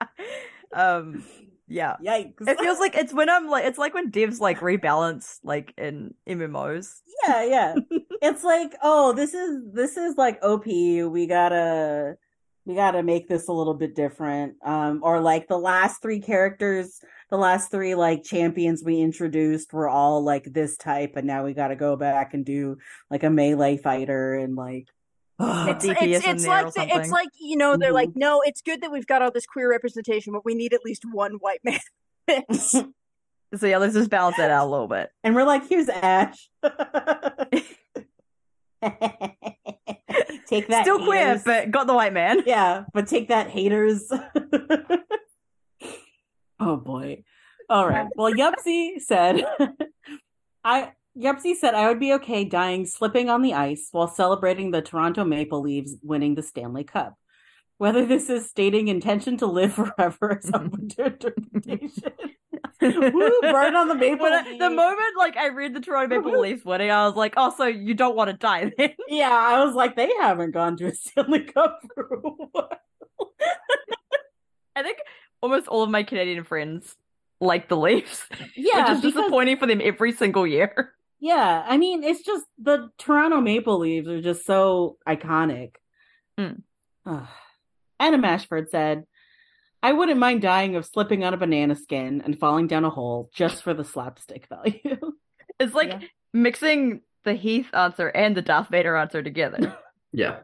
Speaker 3: Um yeah.
Speaker 1: Yikes.
Speaker 3: It feels like it's when I'm like it's like when devs like rebalance like in MMOs.
Speaker 1: yeah, yeah. It's like, oh, this is this is like OP. We gotta we gotta make this a little bit different. Um, or like the last three characters, the last three like champions we introduced were all like this type, and now we gotta go back and do like a melee fighter and like oh,
Speaker 7: It's,
Speaker 3: DPS
Speaker 7: it's,
Speaker 3: in
Speaker 7: it's
Speaker 3: there or
Speaker 7: like the- it's
Speaker 3: something.
Speaker 7: like you know they're
Speaker 1: Mhm.
Speaker 7: like no it's good that we've got all this queer representation but we need at least one white man.
Speaker 3: So yeah, let's just balance that out a little bit.
Speaker 1: and we're like, here's Ash. take that
Speaker 3: Still queer,
Speaker 1: haters.
Speaker 3: but got the white man.
Speaker 1: yeah, but take that, haters. oh boy. All right. Well, Yupsy said, I. Yupsy said I would be okay dying slipping on the ice while celebrating the Toronto Maple Leafs winning the Stanley Cup. Whether this is stating intention to live forever is up to interpretation. Woo, burn on the Maple
Speaker 3: When I- the
Speaker 1: Leafs.
Speaker 3: moment like I read the Toronto Maple Leafs winning, I was like, "Oh, so you don't want to die then?"
Speaker 1: Yeah, I was like, they haven't gone to a Stanley Cup for a while.
Speaker 3: I think almost all of my Canadian friends like the Leafs,
Speaker 1: Yeah,
Speaker 3: which is
Speaker 1: because
Speaker 3: disappointing for them every single year.
Speaker 1: Yeah, I mean, it's just the Toronto Maple Leafs are just so iconic.
Speaker 3: Mm.
Speaker 1: Ugh. Adam Ashford said, I wouldn't mind dying of slipping on a banana skin and falling down a hole just for the slapstick value.
Speaker 3: It's like
Speaker 1: Yeah.
Speaker 3: mixing the Heath answer and the Darth Vader answer together.
Speaker 2: yeah.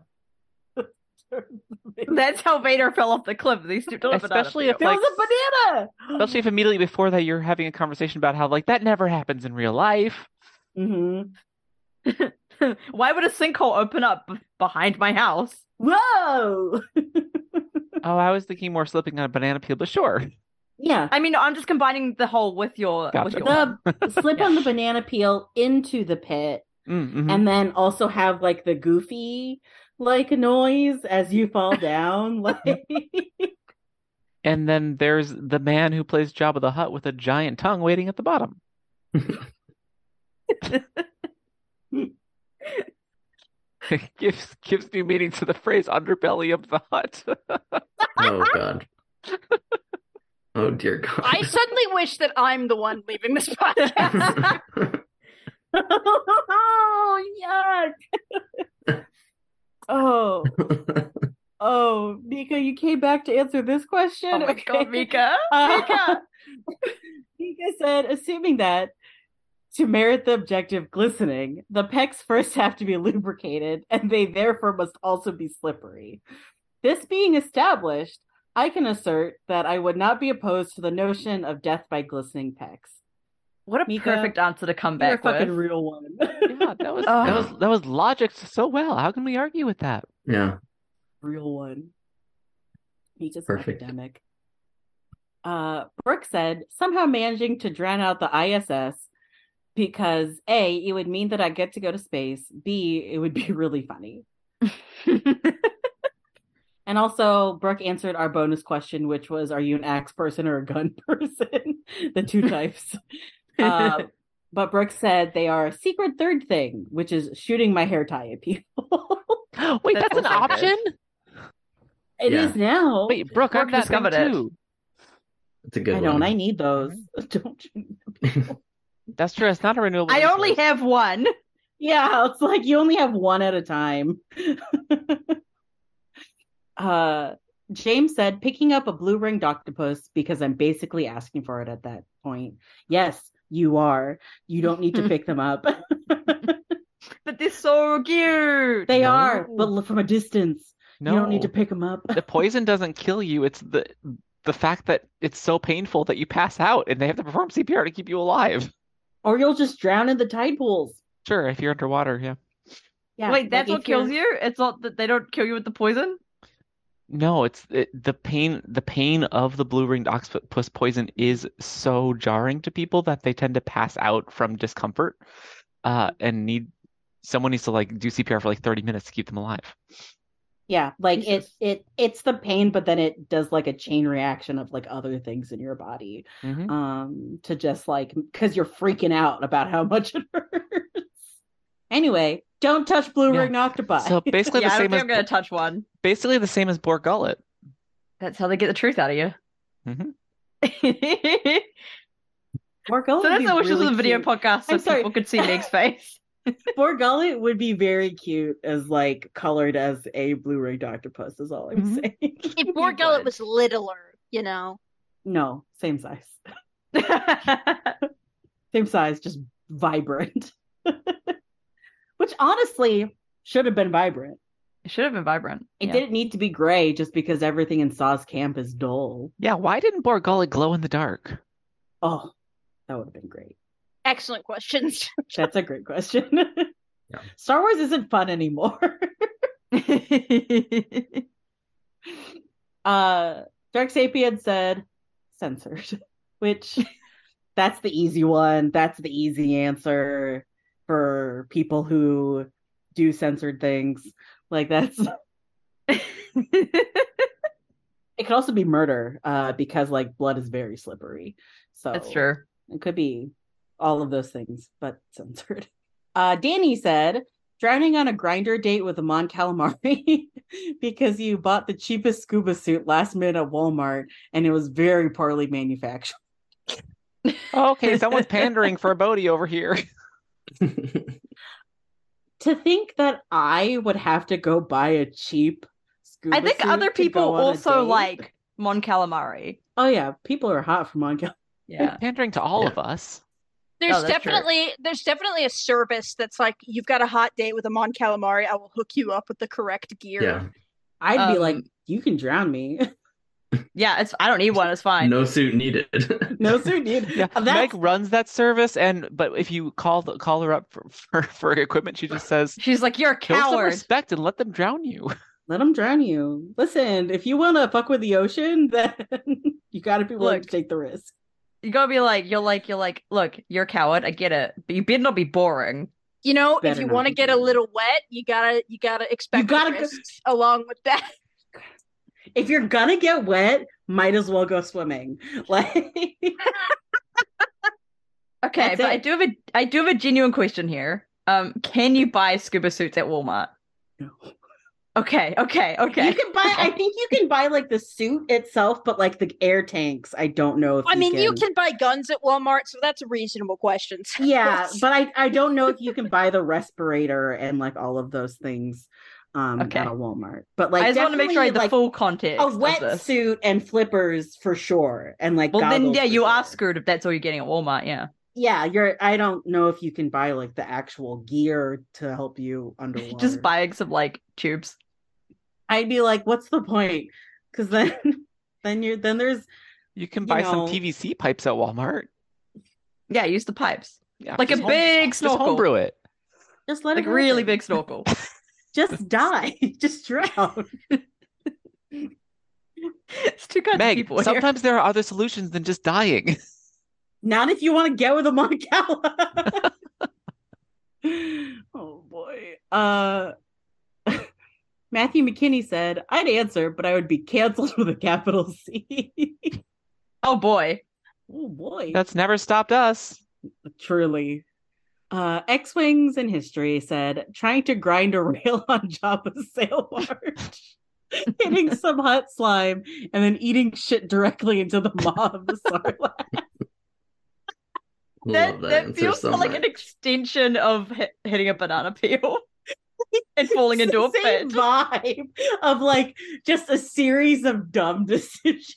Speaker 3: That's how Vader fell off the cliff. They stooped on a banana
Speaker 4: Especially
Speaker 3: peel.
Speaker 4: if,
Speaker 1: There
Speaker 4: like,
Speaker 1: was a banana!
Speaker 4: Especially if immediately before that you're having a conversation about how like that never happens in real life.
Speaker 1: hmm
Speaker 3: Why would a sinkhole open up b- behind my house?
Speaker 1: Whoa!
Speaker 4: Oh, I was thinking more slipping on a banana peel, but sure.
Speaker 1: Yeah,
Speaker 3: I mean, I'm just combining the hole with your.
Speaker 4: Gotcha.
Speaker 3: With your
Speaker 1: the slip on the banana peel into the pit
Speaker 4: Mm, mhm.
Speaker 1: and then also have like the goofy like noise as you fall down like
Speaker 4: And then there's the man who plays Jabba the Hutt with a giant tongue waiting at the bottom. gives gives new meaning to the phrase underbelly of the hut.
Speaker 2: Oh god. Oh dear god.
Speaker 7: I suddenly wish that I'm the one leaving this podcast.
Speaker 1: oh yuck! oh, oh you came back to answer this question.
Speaker 3: Oh my god, Mika.
Speaker 1: Uh,
Speaker 3: Mika.
Speaker 1: Mika said, assuming that to merit the objective glistening, the pecs first have to be lubricated, and they therefore must also be slippery. This being established, I can assert that I would not be opposed to the notion of death by glistening pecs.
Speaker 3: What a
Speaker 1: Mika,
Speaker 3: perfect answer to come
Speaker 1: You're a
Speaker 3: back with.
Speaker 1: fucking real one.
Speaker 4: Yeah, that was
Speaker 3: Oh.
Speaker 4: that was that was logic so well. How can we argue with that?
Speaker 2: Yeah.
Speaker 1: real one. He's just
Speaker 2: Perfect.
Speaker 1: Perfect. academic. Uh, Brooke said, somehow managing to drown out the ISS because A, it would mean that I get to go to space. B, it would be really funny. And also, Brooke answered our bonus question, which was, are you an axe person or a gun person? the two types. Uh, but Brooke said they are a secret third thing, which is shooting my hair tie at people.
Speaker 4: Wait,
Speaker 3: That's
Speaker 4: that's, an
Speaker 3: also good.
Speaker 4: option.
Speaker 1: It is
Speaker 2: Yeah.
Speaker 1: now.
Speaker 4: Wait, Brooke, I'm
Speaker 3: Brooke
Speaker 4: that thing
Speaker 3: discovered it.
Speaker 4: too.
Speaker 2: It's a good
Speaker 1: I
Speaker 2: one.
Speaker 1: don't. I need those. Don't you?
Speaker 4: That's true. It's not a renewable.
Speaker 3: I only
Speaker 4: resource.
Speaker 3: have one.
Speaker 1: Yeah, it's like you only have one at a time. uh, James said, picking up a blue ringed octopus because I'm basically asking for it at that point. Yes, you are. You don't need to pick them up.
Speaker 3: But they're so cute.
Speaker 1: they
Speaker 4: No.
Speaker 1: are, but l- from a distance.
Speaker 4: no.
Speaker 1: You don't need to pick them up.
Speaker 4: the poison doesn't kill you. It's the the fact that it's so painful that you pass out and they have to perform CPR to keep you alive.
Speaker 1: Or you'll just drown in the tide pools.
Speaker 4: Sure, if you're underwater, yeah.
Speaker 1: Yeah.
Speaker 3: Wait, that's
Speaker 1: like
Speaker 3: what
Speaker 1: if you're-
Speaker 3: kills you? It's not that they don't kill you with the poison?
Speaker 4: No, it's it, the pain. The pain of the blue ringed octopus poison is so jarring to people that they tend to pass out from discomfort, uh, and need someone needs to like do CPR for like 30 minutes to keep them alive.
Speaker 1: Yeah, like it
Speaker 3: Jesus.
Speaker 1: it it's the pain, but then it does like a chain reaction of like other things in your body.
Speaker 3: Mm-hmm.
Speaker 4: Mhm.
Speaker 1: um to just like because you're freaking out about how much it hurts. Anyway, don't touch blue
Speaker 4: Yeah.
Speaker 1: ringed octopi.
Speaker 4: So basically
Speaker 3: yeah,
Speaker 4: the
Speaker 3: I don't
Speaker 4: same
Speaker 3: think
Speaker 4: as
Speaker 3: I'm gonna touch one.
Speaker 4: basically the same as boar gullet.
Speaker 3: That's how they get the truth out of you.
Speaker 4: Mhm.
Speaker 1: Mm-hmm. Borgullet would
Speaker 3: so that's
Speaker 1: be
Speaker 3: how I wish this was
Speaker 1: really
Speaker 3: a video
Speaker 1: cute.
Speaker 3: podcast so
Speaker 1: I'm sorry.
Speaker 3: people could see Meg's face.
Speaker 1: Borgullet would be very cute as like colored as a blue ringed octopus. Is all I'm
Speaker 4: Mhm.
Speaker 3: Mm-hmm.
Speaker 1: saying.
Speaker 7: If
Speaker 1: You
Speaker 7: Borgullet
Speaker 1: would.
Speaker 7: was littler, you know.
Speaker 1: no same size,
Speaker 3: That's
Speaker 1: same size, just vibrant. Which honestly should have been vibrant.
Speaker 3: It should have been vibrant.
Speaker 1: It
Speaker 3: Yeah.
Speaker 1: didn't need to be gray just because everything in Saw's camp is dull.
Speaker 4: Yeah, why didn't boar gullet glow in the dark?
Speaker 1: Oh, that would have been great.
Speaker 7: Excellent questions.
Speaker 1: That's a great question. Star Wars isn't fun anymore. uh Dark Sapien said censored, which that's the easy one. That's the easy answer for people who do censored things. Like that's it could also be murder, uh, because like blood is very slippery. So
Speaker 3: That's true.
Speaker 1: It could be all of those things, but censored. Uh, Danny said, drowning on a grinder date with Amon Calamari because you bought the cheapest scuba suit last minute at Walmart and it was very poorly manufactured.
Speaker 3: Oh,
Speaker 4: Okay, someone's pandering for a Bodhi over here.
Speaker 1: To think that I would have to go buy a cheap scuba
Speaker 3: I think
Speaker 1: suit
Speaker 3: other
Speaker 1: to go
Speaker 3: people
Speaker 1: on a
Speaker 3: also
Speaker 1: date-
Speaker 3: like Mon Calamari.
Speaker 1: Oh, yeah. People are hot for Mon Calamari.
Speaker 3: Yeah.
Speaker 4: Pandering to all
Speaker 2: Yeah.
Speaker 4: of us.
Speaker 7: There's
Speaker 3: that's true.
Speaker 7: definitely there's definitely a service that's like you've got a hot date with a Mon Calamari. I will hook you up with the correct gear.
Speaker 2: yeah.
Speaker 1: I'd be
Speaker 3: Um,
Speaker 1: like, you can drown me.
Speaker 3: Yeah, it's I don't need one, it's fine.
Speaker 2: No suit needed.
Speaker 1: no suit needed.
Speaker 4: Yeah,
Speaker 1: That's-
Speaker 4: Meg runs that service, and but if you call the, call her up for, for for equipment, she just says,
Speaker 3: She's like, You're a
Speaker 4: "Show some
Speaker 3: coward.
Speaker 4: respect and let them drown you."
Speaker 1: let them drown you. Listen, if you want to fuck with the ocean, then you got to be willing
Speaker 3: Look.
Speaker 1: to take the risk.
Speaker 3: You gotta be like, you're like, you're like, look, you're a coward, I get it. But you better not be boring.
Speaker 7: You know, if
Speaker 1: Better
Speaker 7: you
Speaker 1: not
Speaker 7: want to
Speaker 1: be
Speaker 7: get a
Speaker 1: boring.
Speaker 7: little wet, you gotta you gotta expect the
Speaker 1: gotta go-
Speaker 7: risks along with that.
Speaker 1: If you're gonna get wet, might as well go swimming. Like,
Speaker 3: Okay,
Speaker 1: That's
Speaker 3: but
Speaker 1: it.
Speaker 3: I do have a I do have a genuine question here. Um, can you buy scuba suits at Walmart?
Speaker 1: No.
Speaker 3: Okay, okay, okay.
Speaker 1: you can buy. I think you can buy like the suit itself, but like the air tanks. I don't know if
Speaker 7: I mean, you can buy guns at Walmart, so that's a reasonable question.
Speaker 1: Yeah, but I I don't know if you can buy the respirator and like all of those things. um
Speaker 3: Okay.
Speaker 1: at a Walmart. But like
Speaker 3: I just want to make sure I had the
Speaker 1: definitely,
Speaker 3: full context. of
Speaker 1: like, a
Speaker 3: this.
Speaker 1: wetsuit and flippers for sure. And like
Speaker 3: Well, then
Speaker 1: goggles
Speaker 3: yeah,
Speaker 1: for
Speaker 3: you are
Speaker 1: sure.
Speaker 3: screwed if that's all you're getting at Walmart. Yeah.
Speaker 1: Yeah, you're I don't know if you can buy like the actual gear to help you underwater.
Speaker 3: Just buying some like tubes.
Speaker 1: I'd be like, what's the point? Because then then you're then there's
Speaker 4: You can
Speaker 1: You
Speaker 4: buy some
Speaker 1: know-
Speaker 4: PVC pipes at Walmart.
Speaker 3: Yeah, use the pipes.
Speaker 4: Yeah,
Speaker 3: Like a
Speaker 4: just home-
Speaker 3: big
Speaker 4: just
Speaker 3: snorkel.
Speaker 4: homebrew it.
Speaker 1: just let
Speaker 3: Like
Speaker 1: it
Speaker 3: really
Speaker 1: happen.
Speaker 3: big snorkel.
Speaker 1: Just die. just drown.
Speaker 3: it's two kinds of
Speaker 4: Meg,
Speaker 3: people. here.
Speaker 4: sometimes there are other solutions than just dying.
Speaker 1: Not if you want to get with a Mauna Kea. oh boy. Uh Matthew McKinney said, I'd answer, but I would be canceled with a capital C.
Speaker 3: Oh boy.
Speaker 1: oh boy.
Speaker 4: That's never stopped us.
Speaker 1: truly. Uh X Wings in History said, trying to grind a rail on Jabba's sail barge. Hitting some hot slime and then eating shit directly into the maw of the sarlacc.
Speaker 3: That,
Speaker 2: Love that,
Speaker 3: that
Speaker 2: answer
Speaker 3: feels
Speaker 2: so
Speaker 3: like
Speaker 2: much.
Speaker 3: an extension of hi- hitting a banana peel and falling
Speaker 1: It's
Speaker 3: into a
Speaker 1: the same
Speaker 3: pit.
Speaker 1: vibe of like just a series of dumb decisions.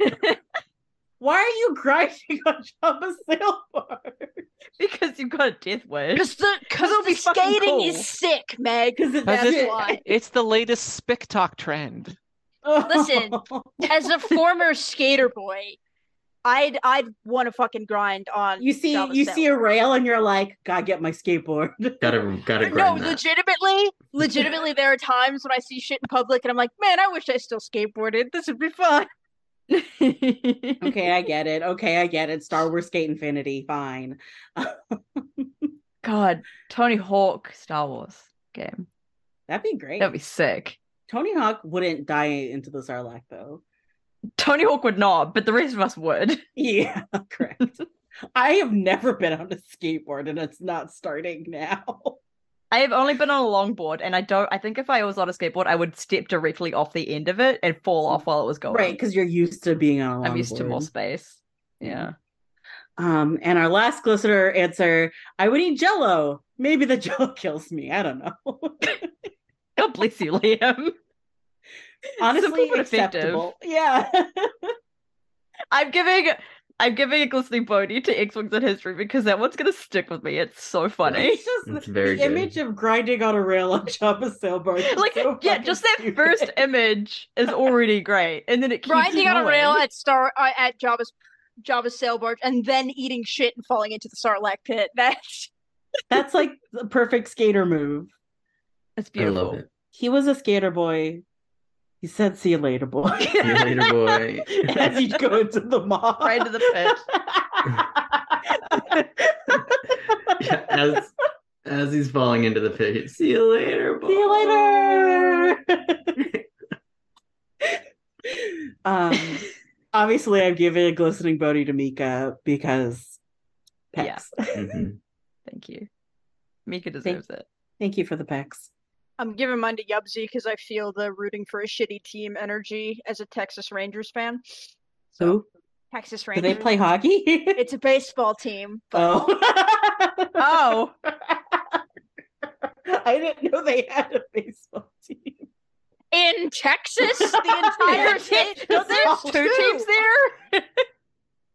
Speaker 1: Why are you grinding on Jabba's sail
Speaker 3: because you've got a death wish.
Speaker 7: Because the because
Speaker 3: it'll be
Speaker 7: the
Speaker 3: fucking
Speaker 7: skating
Speaker 3: cool.
Speaker 7: is sick, Meg.
Speaker 1: Because it's
Speaker 4: That's
Speaker 7: That's
Speaker 4: it.
Speaker 7: why.
Speaker 4: It's the latest TikTok trend.
Speaker 7: Listen. As a former skater boy, I'd I'd want to fucking grind on.
Speaker 1: you see,
Speaker 7: Java's
Speaker 1: you
Speaker 7: tail.
Speaker 1: see a rail, and you're like, "God, get my skateboard."
Speaker 2: gotta gotta
Speaker 7: No,
Speaker 2: grind that.
Speaker 7: legitimately, legitimately, there are times when I see shit in public and I'm like, man, I wish I still skateboarded. This would be fun.
Speaker 1: okay, I get it. Okay, I get it. Star Wars Skate Infinity, fine.
Speaker 3: God, Tony Hawk Star Wars game.
Speaker 1: That'd be great.
Speaker 3: That'd be sick.
Speaker 1: Tony Hawk wouldn't die into the Sarlacc, though.
Speaker 3: Tony Hawk would not, but the rest of us would.
Speaker 1: Yeah, correct. I have never been on a skateboard, and it's not starting now.
Speaker 3: I have only been on a longboard, and I don't. I think if I was on a skateboard, I would step directly off the end of it and fall off while it was going.
Speaker 1: Right, because you're used to being on a
Speaker 3: I'm used to more
Speaker 1: longboard.
Speaker 3: space. Yeah.
Speaker 1: Um, and our last glistener answer: I would eat Jello. Maybe the Jello kills me. I don't know.
Speaker 3: God Oh, bless you, Liam.
Speaker 1: Honestly,
Speaker 3: Simple but effective.
Speaker 1: acceptable. Yeah.
Speaker 3: I'm giving. I'm giving a glistening body to X Wings in history because that one's gonna stick with me. It's so funny.
Speaker 1: it's just
Speaker 2: It's
Speaker 1: the
Speaker 2: very good.
Speaker 1: image of grinding on a rail on Jabba's sail barge. is
Speaker 3: Like,
Speaker 1: so
Speaker 3: yeah,
Speaker 1: fucking
Speaker 3: just that
Speaker 1: stupid.
Speaker 3: first image is already great, and then it keeps
Speaker 7: Grinding on a rail
Speaker 3: going.
Speaker 7: at Star uh, at Java's Java's sail barge and then eating shit and falling into the Sarlacc pit. That's
Speaker 1: That's like the perfect skater move.
Speaker 3: It's
Speaker 2: I
Speaker 3: beautiful.
Speaker 2: love it.
Speaker 1: He was a skater boy. He said, "See you later, boy."
Speaker 2: See you later, boy.
Speaker 1: As he'd go into the mall,
Speaker 3: Right into the
Speaker 2: Yeah, as as he's falling into the pit. he's, See you later, boy.
Speaker 1: See you later. um, obviously, I've given a glistening body to Mika because
Speaker 3: Yeah.
Speaker 1: pecs.
Speaker 2: Mhm.
Speaker 3: Thank you. Mika
Speaker 1: Thank-
Speaker 3: deserves it.
Speaker 1: Thank you for the pecs.
Speaker 7: I'm giving mine to Yubsy because I feel the rooting for a shitty team energy as a Texas Rangers fan.
Speaker 1: So,
Speaker 7: Texas
Speaker 1: do
Speaker 7: Rangers.
Speaker 1: they play hockey?
Speaker 7: It's a baseball team. But
Speaker 1: oh,
Speaker 3: Oh,
Speaker 1: I didn't know they had a baseball team.
Speaker 7: in Texas, the entire
Speaker 1: Yeah.
Speaker 7: state.
Speaker 1: No,
Speaker 3: there's
Speaker 1: Oh,
Speaker 3: two
Speaker 1: true.
Speaker 3: teams there.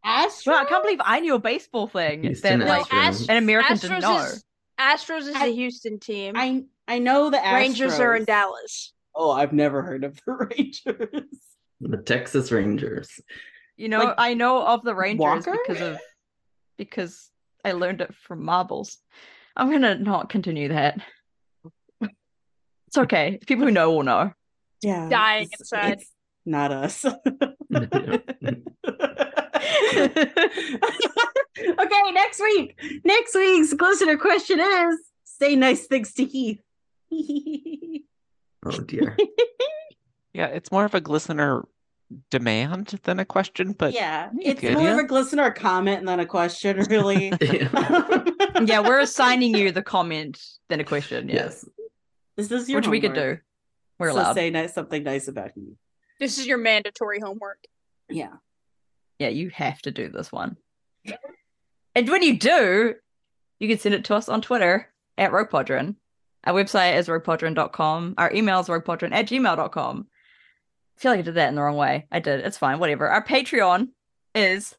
Speaker 1: Astro.
Speaker 3: Well, I can't believe I knew a baseball thing.
Speaker 2: He's
Speaker 3: that,
Speaker 2: an
Speaker 7: No,
Speaker 2: Astro.
Speaker 7: Astros-
Speaker 3: an American didn't know.
Speaker 7: Astros is, Astros is
Speaker 1: I-
Speaker 7: the Houston team.
Speaker 1: I I know the
Speaker 7: Rangers are in
Speaker 1: Astros.
Speaker 7: Dallas.
Speaker 1: Oh, I've never heard of the Rangers.
Speaker 2: The Texas Rangers.
Speaker 3: You know,
Speaker 1: Like,
Speaker 3: I know of the Rangers
Speaker 1: Walker?
Speaker 3: because of because I learned it from marbles. I'm gonna not continue that. It's okay. People who know will know.
Speaker 1: Yeah,
Speaker 7: Dying
Speaker 1: it's-
Speaker 7: inside.
Speaker 1: it's not us. okay, next week. Next week's glistener question is say nice things to Heath.
Speaker 2: Oh dear.
Speaker 4: Yeah, it's more of a glistener demand than a question, but
Speaker 1: yeah,
Speaker 4: you
Speaker 1: it's
Speaker 4: could,
Speaker 1: more
Speaker 4: yeah.
Speaker 1: of a glistener comment than a question, really.
Speaker 2: Yeah.
Speaker 3: Yeah, we're assigning you the comment than a question. Yeah.
Speaker 2: Yes.
Speaker 1: this is your
Speaker 3: Which we could
Speaker 1: homework.
Speaker 3: do. We're
Speaker 1: so
Speaker 3: allowed.
Speaker 1: say nice, something nice about Heath.
Speaker 7: This is your mandatory homework.
Speaker 1: Yeah,
Speaker 3: yeah, you have to do this one. and when you do, you can send it to us on Twitter at RoguePodron. Our website is roguepodron.com. Our email is roguepodron at gmail.com. I feel like I did that in the wrong way. I did. It's fine. Whatever. Our Patreon is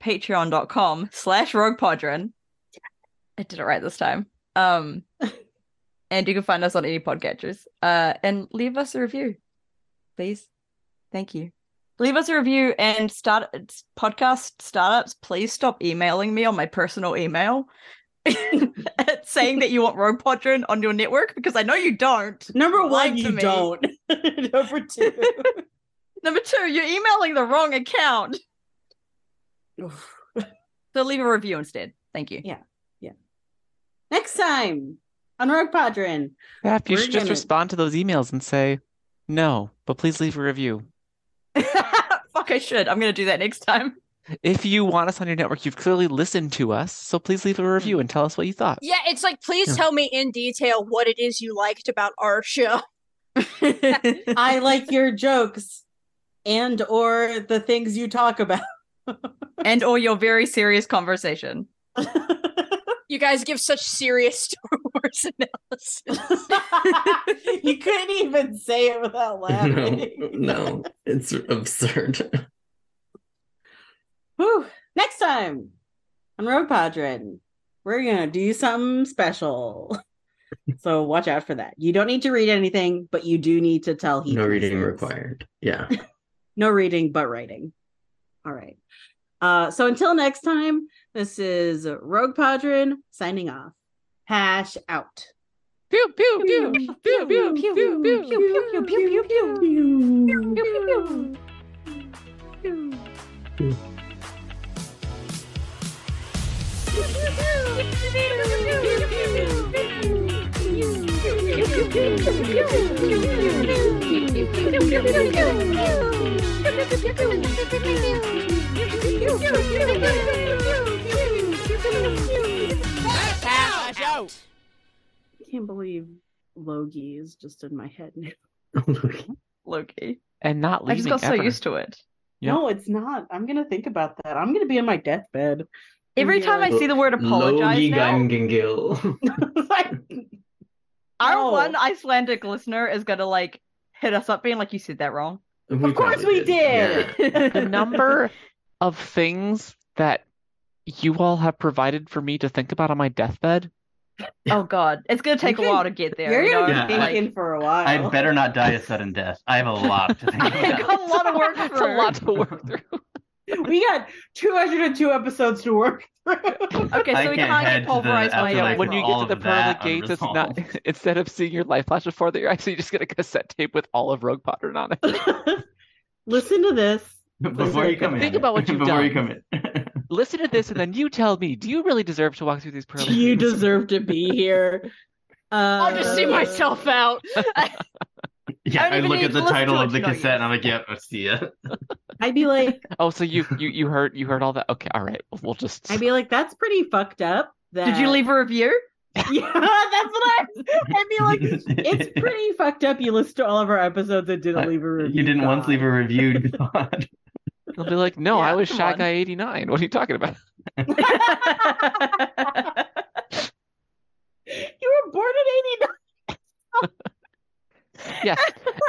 Speaker 3: patreon.com slash roguepodron. I did it right this time. Um, and you can find us on any podcatchers. Uh, and leave us a review, please. Thank you. Leave us a review and start it's podcast startups. Please stop emailing me on my personal email saying that you want Rogue Podron on your network because I know you don't.
Speaker 1: Number
Speaker 3: Lied
Speaker 1: one,
Speaker 3: to
Speaker 1: you
Speaker 3: me.
Speaker 1: don't. Number two.
Speaker 3: Number two, you're emailing the wrong account.
Speaker 1: Oof.
Speaker 3: So leave a review instead. Thank you.
Speaker 1: Yeah. Next time on Rogue Podrin.
Speaker 4: Pap, you
Speaker 1: We're
Speaker 4: should just
Speaker 1: gonna-
Speaker 4: respond to those emails and say, no, but please leave a review.
Speaker 3: Fuck, I should. I'm going to do that next time.
Speaker 4: If you want us on your network, you've clearly listened to us, so please leave a review
Speaker 3: Mm.
Speaker 4: and tell us what you thought.
Speaker 7: Yeah, it's like please
Speaker 4: Yeah.
Speaker 7: tell me in detail what it is you liked about our show.
Speaker 1: I like your jokes and or the things you talk about.
Speaker 3: and or your very serious conversation.
Speaker 7: You guys give such serious Star Wars analysis.
Speaker 1: you couldn't even say it without
Speaker 2: No,
Speaker 1: laughing.
Speaker 2: no, it's absurd.
Speaker 1: Whew. Next time on Road Podrin, we're going to do something special. so watch out for that. You don't need to read anything, but you do need to tell he
Speaker 2: No reading
Speaker 1: pleases.
Speaker 2: required. Yeah.
Speaker 1: No reading, but writing. All right. Uh, so until next time, this is Rogue Podrin signing off. Hash out.
Speaker 3: Pew pew pew pew pew pew pew pew pew pew pew pew.
Speaker 1: I can't believe Logie is just in my head now.
Speaker 3: Loki.
Speaker 4: And not
Speaker 3: I
Speaker 4: leaving
Speaker 3: just got so
Speaker 4: ever.
Speaker 3: used to it.
Speaker 4: Yeah.
Speaker 1: No, it's not. I'm gonna think about that. I'm gonna be in my deathbed.
Speaker 3: Every
Speaker 1: Yeah.
Speaker 3: time I see the word apologize
Speaker 2: Logi
Speaker 3: now,
Speaker 2: Gangangil.
Speaker 3: our
Speaker 1: No.
Speaker 3: one Icelandic listener is gonna like hit us up being like, "You said that wrong."
Speaker 1: Of course
Speaker 2: probably
Speaker 1: we did.
Speaker 2: Yeah.
Speaker 4: the number of things that you all have provided for me to think about on my deathbed.
Speaker 3: Oh god, it's gonna take
Speaker 1: You
Speaker 3: a while
Speaker 1: can-
Speaker 3: to get there.
Speaker 1: You're
Speaker 3: you know?
Speaker 1: gonna
Speaker 2: Yeah,
Speaker 1: be
Speaker 2: I-
Speaker 1: thinking for a while.
Speaker 8: I better not die a sudden death. I have a lot to think
Speaker 3: I
Speaker 8: about.
Speaker 3: got a lot of work
Speaker 4: It's
Speaker 3: through.
Speaker 4: a lot to work through.
Speaker 1: we got 202 episodes to work through.
Speaker 3: Okay, so
Speaker 8: I
Speaker 3: we
Speaker 8: can't
Speaker 3: can't
Speaker 8: head
Speaker 3: get
Speaker 8: to the
Speaker 3: pulverized by
Speaker 8: afterlife
Speaker 3: a
Speaker 8: Like,
Speaker 4: when
Speaker 8: for
Speaker 4: you
Speaker 8: all
Speaker 4: get to the
Speaker 8: of
Speaker 4: pearl
Speaker 8: that
Speaker 4: gates, it's not
Speaker 8: unresolved.
Speaker 4: instead of seeing your life flash before that, you're actually just gonna cassette tape with all of Rogue Potter on it.
Speaker 1: Listen to this.
Speaker 8: Before you come in.
Speaker 4: Think about what you've
Speaker 8: Before you
Speaker 4: done.
Speaker 8: come in.
Speaker 4: Listen to this, and then you tell me: Do you really deserve to walk through these pearl
Speaker 1: You
Speaker 4: gates?
Speaker 1: deserve to be here. Uh,
Speaker 7: I'll just see myself out.
Speaker 8: Yeah,
Speaker 3: I don't
Speaker 8: I,
Speaker 3: even
Speaker 8: look
Speaker 3: need
Speaker 8: at
Speaker 3: to
Speaker 8: the
Speaker 3: listen
Speaker 8: title
Speaker 3: to
Speaker 8: of
Speaker 3: it
Speaker 8: the
Speaker 3: to know
Speaker 8: cassette and I'm like, yep, I see ya.
Speaker 1: I'd be like,
Speaker 4: Oh, so you you you heard you heard all that? Okay, all right. We'll just.
Speaker 1: I'd be like, that's pretty fucked up. That
Speaker 3: Did you leave a review?
Speaker 1: Yeah, that's what I. I'd be like, it's pretty fucked up. You listened to all of our episodes and didn't
Speaker 8: I-
Speaker 1: leave a review.
Speaker 8: You didn't once
Speaker 1: God.
Speaker 8: leave a review. God.
Speaker 4: I'll be like, no,
Speaker 3: Yeah,
Speaker 4: I was
Speaker 3: come
Speaker 4: Shy
Speaker 3: on.
Speaker 4: Guy eighty nine. What are you talking about?
Speaker 1: You were born in
Speaker 4: Yes,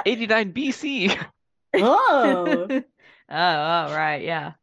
Speaker 4: eighty nine BC.
Speaker 1: '89.
Speaker 3: oh, oh, right, yeah.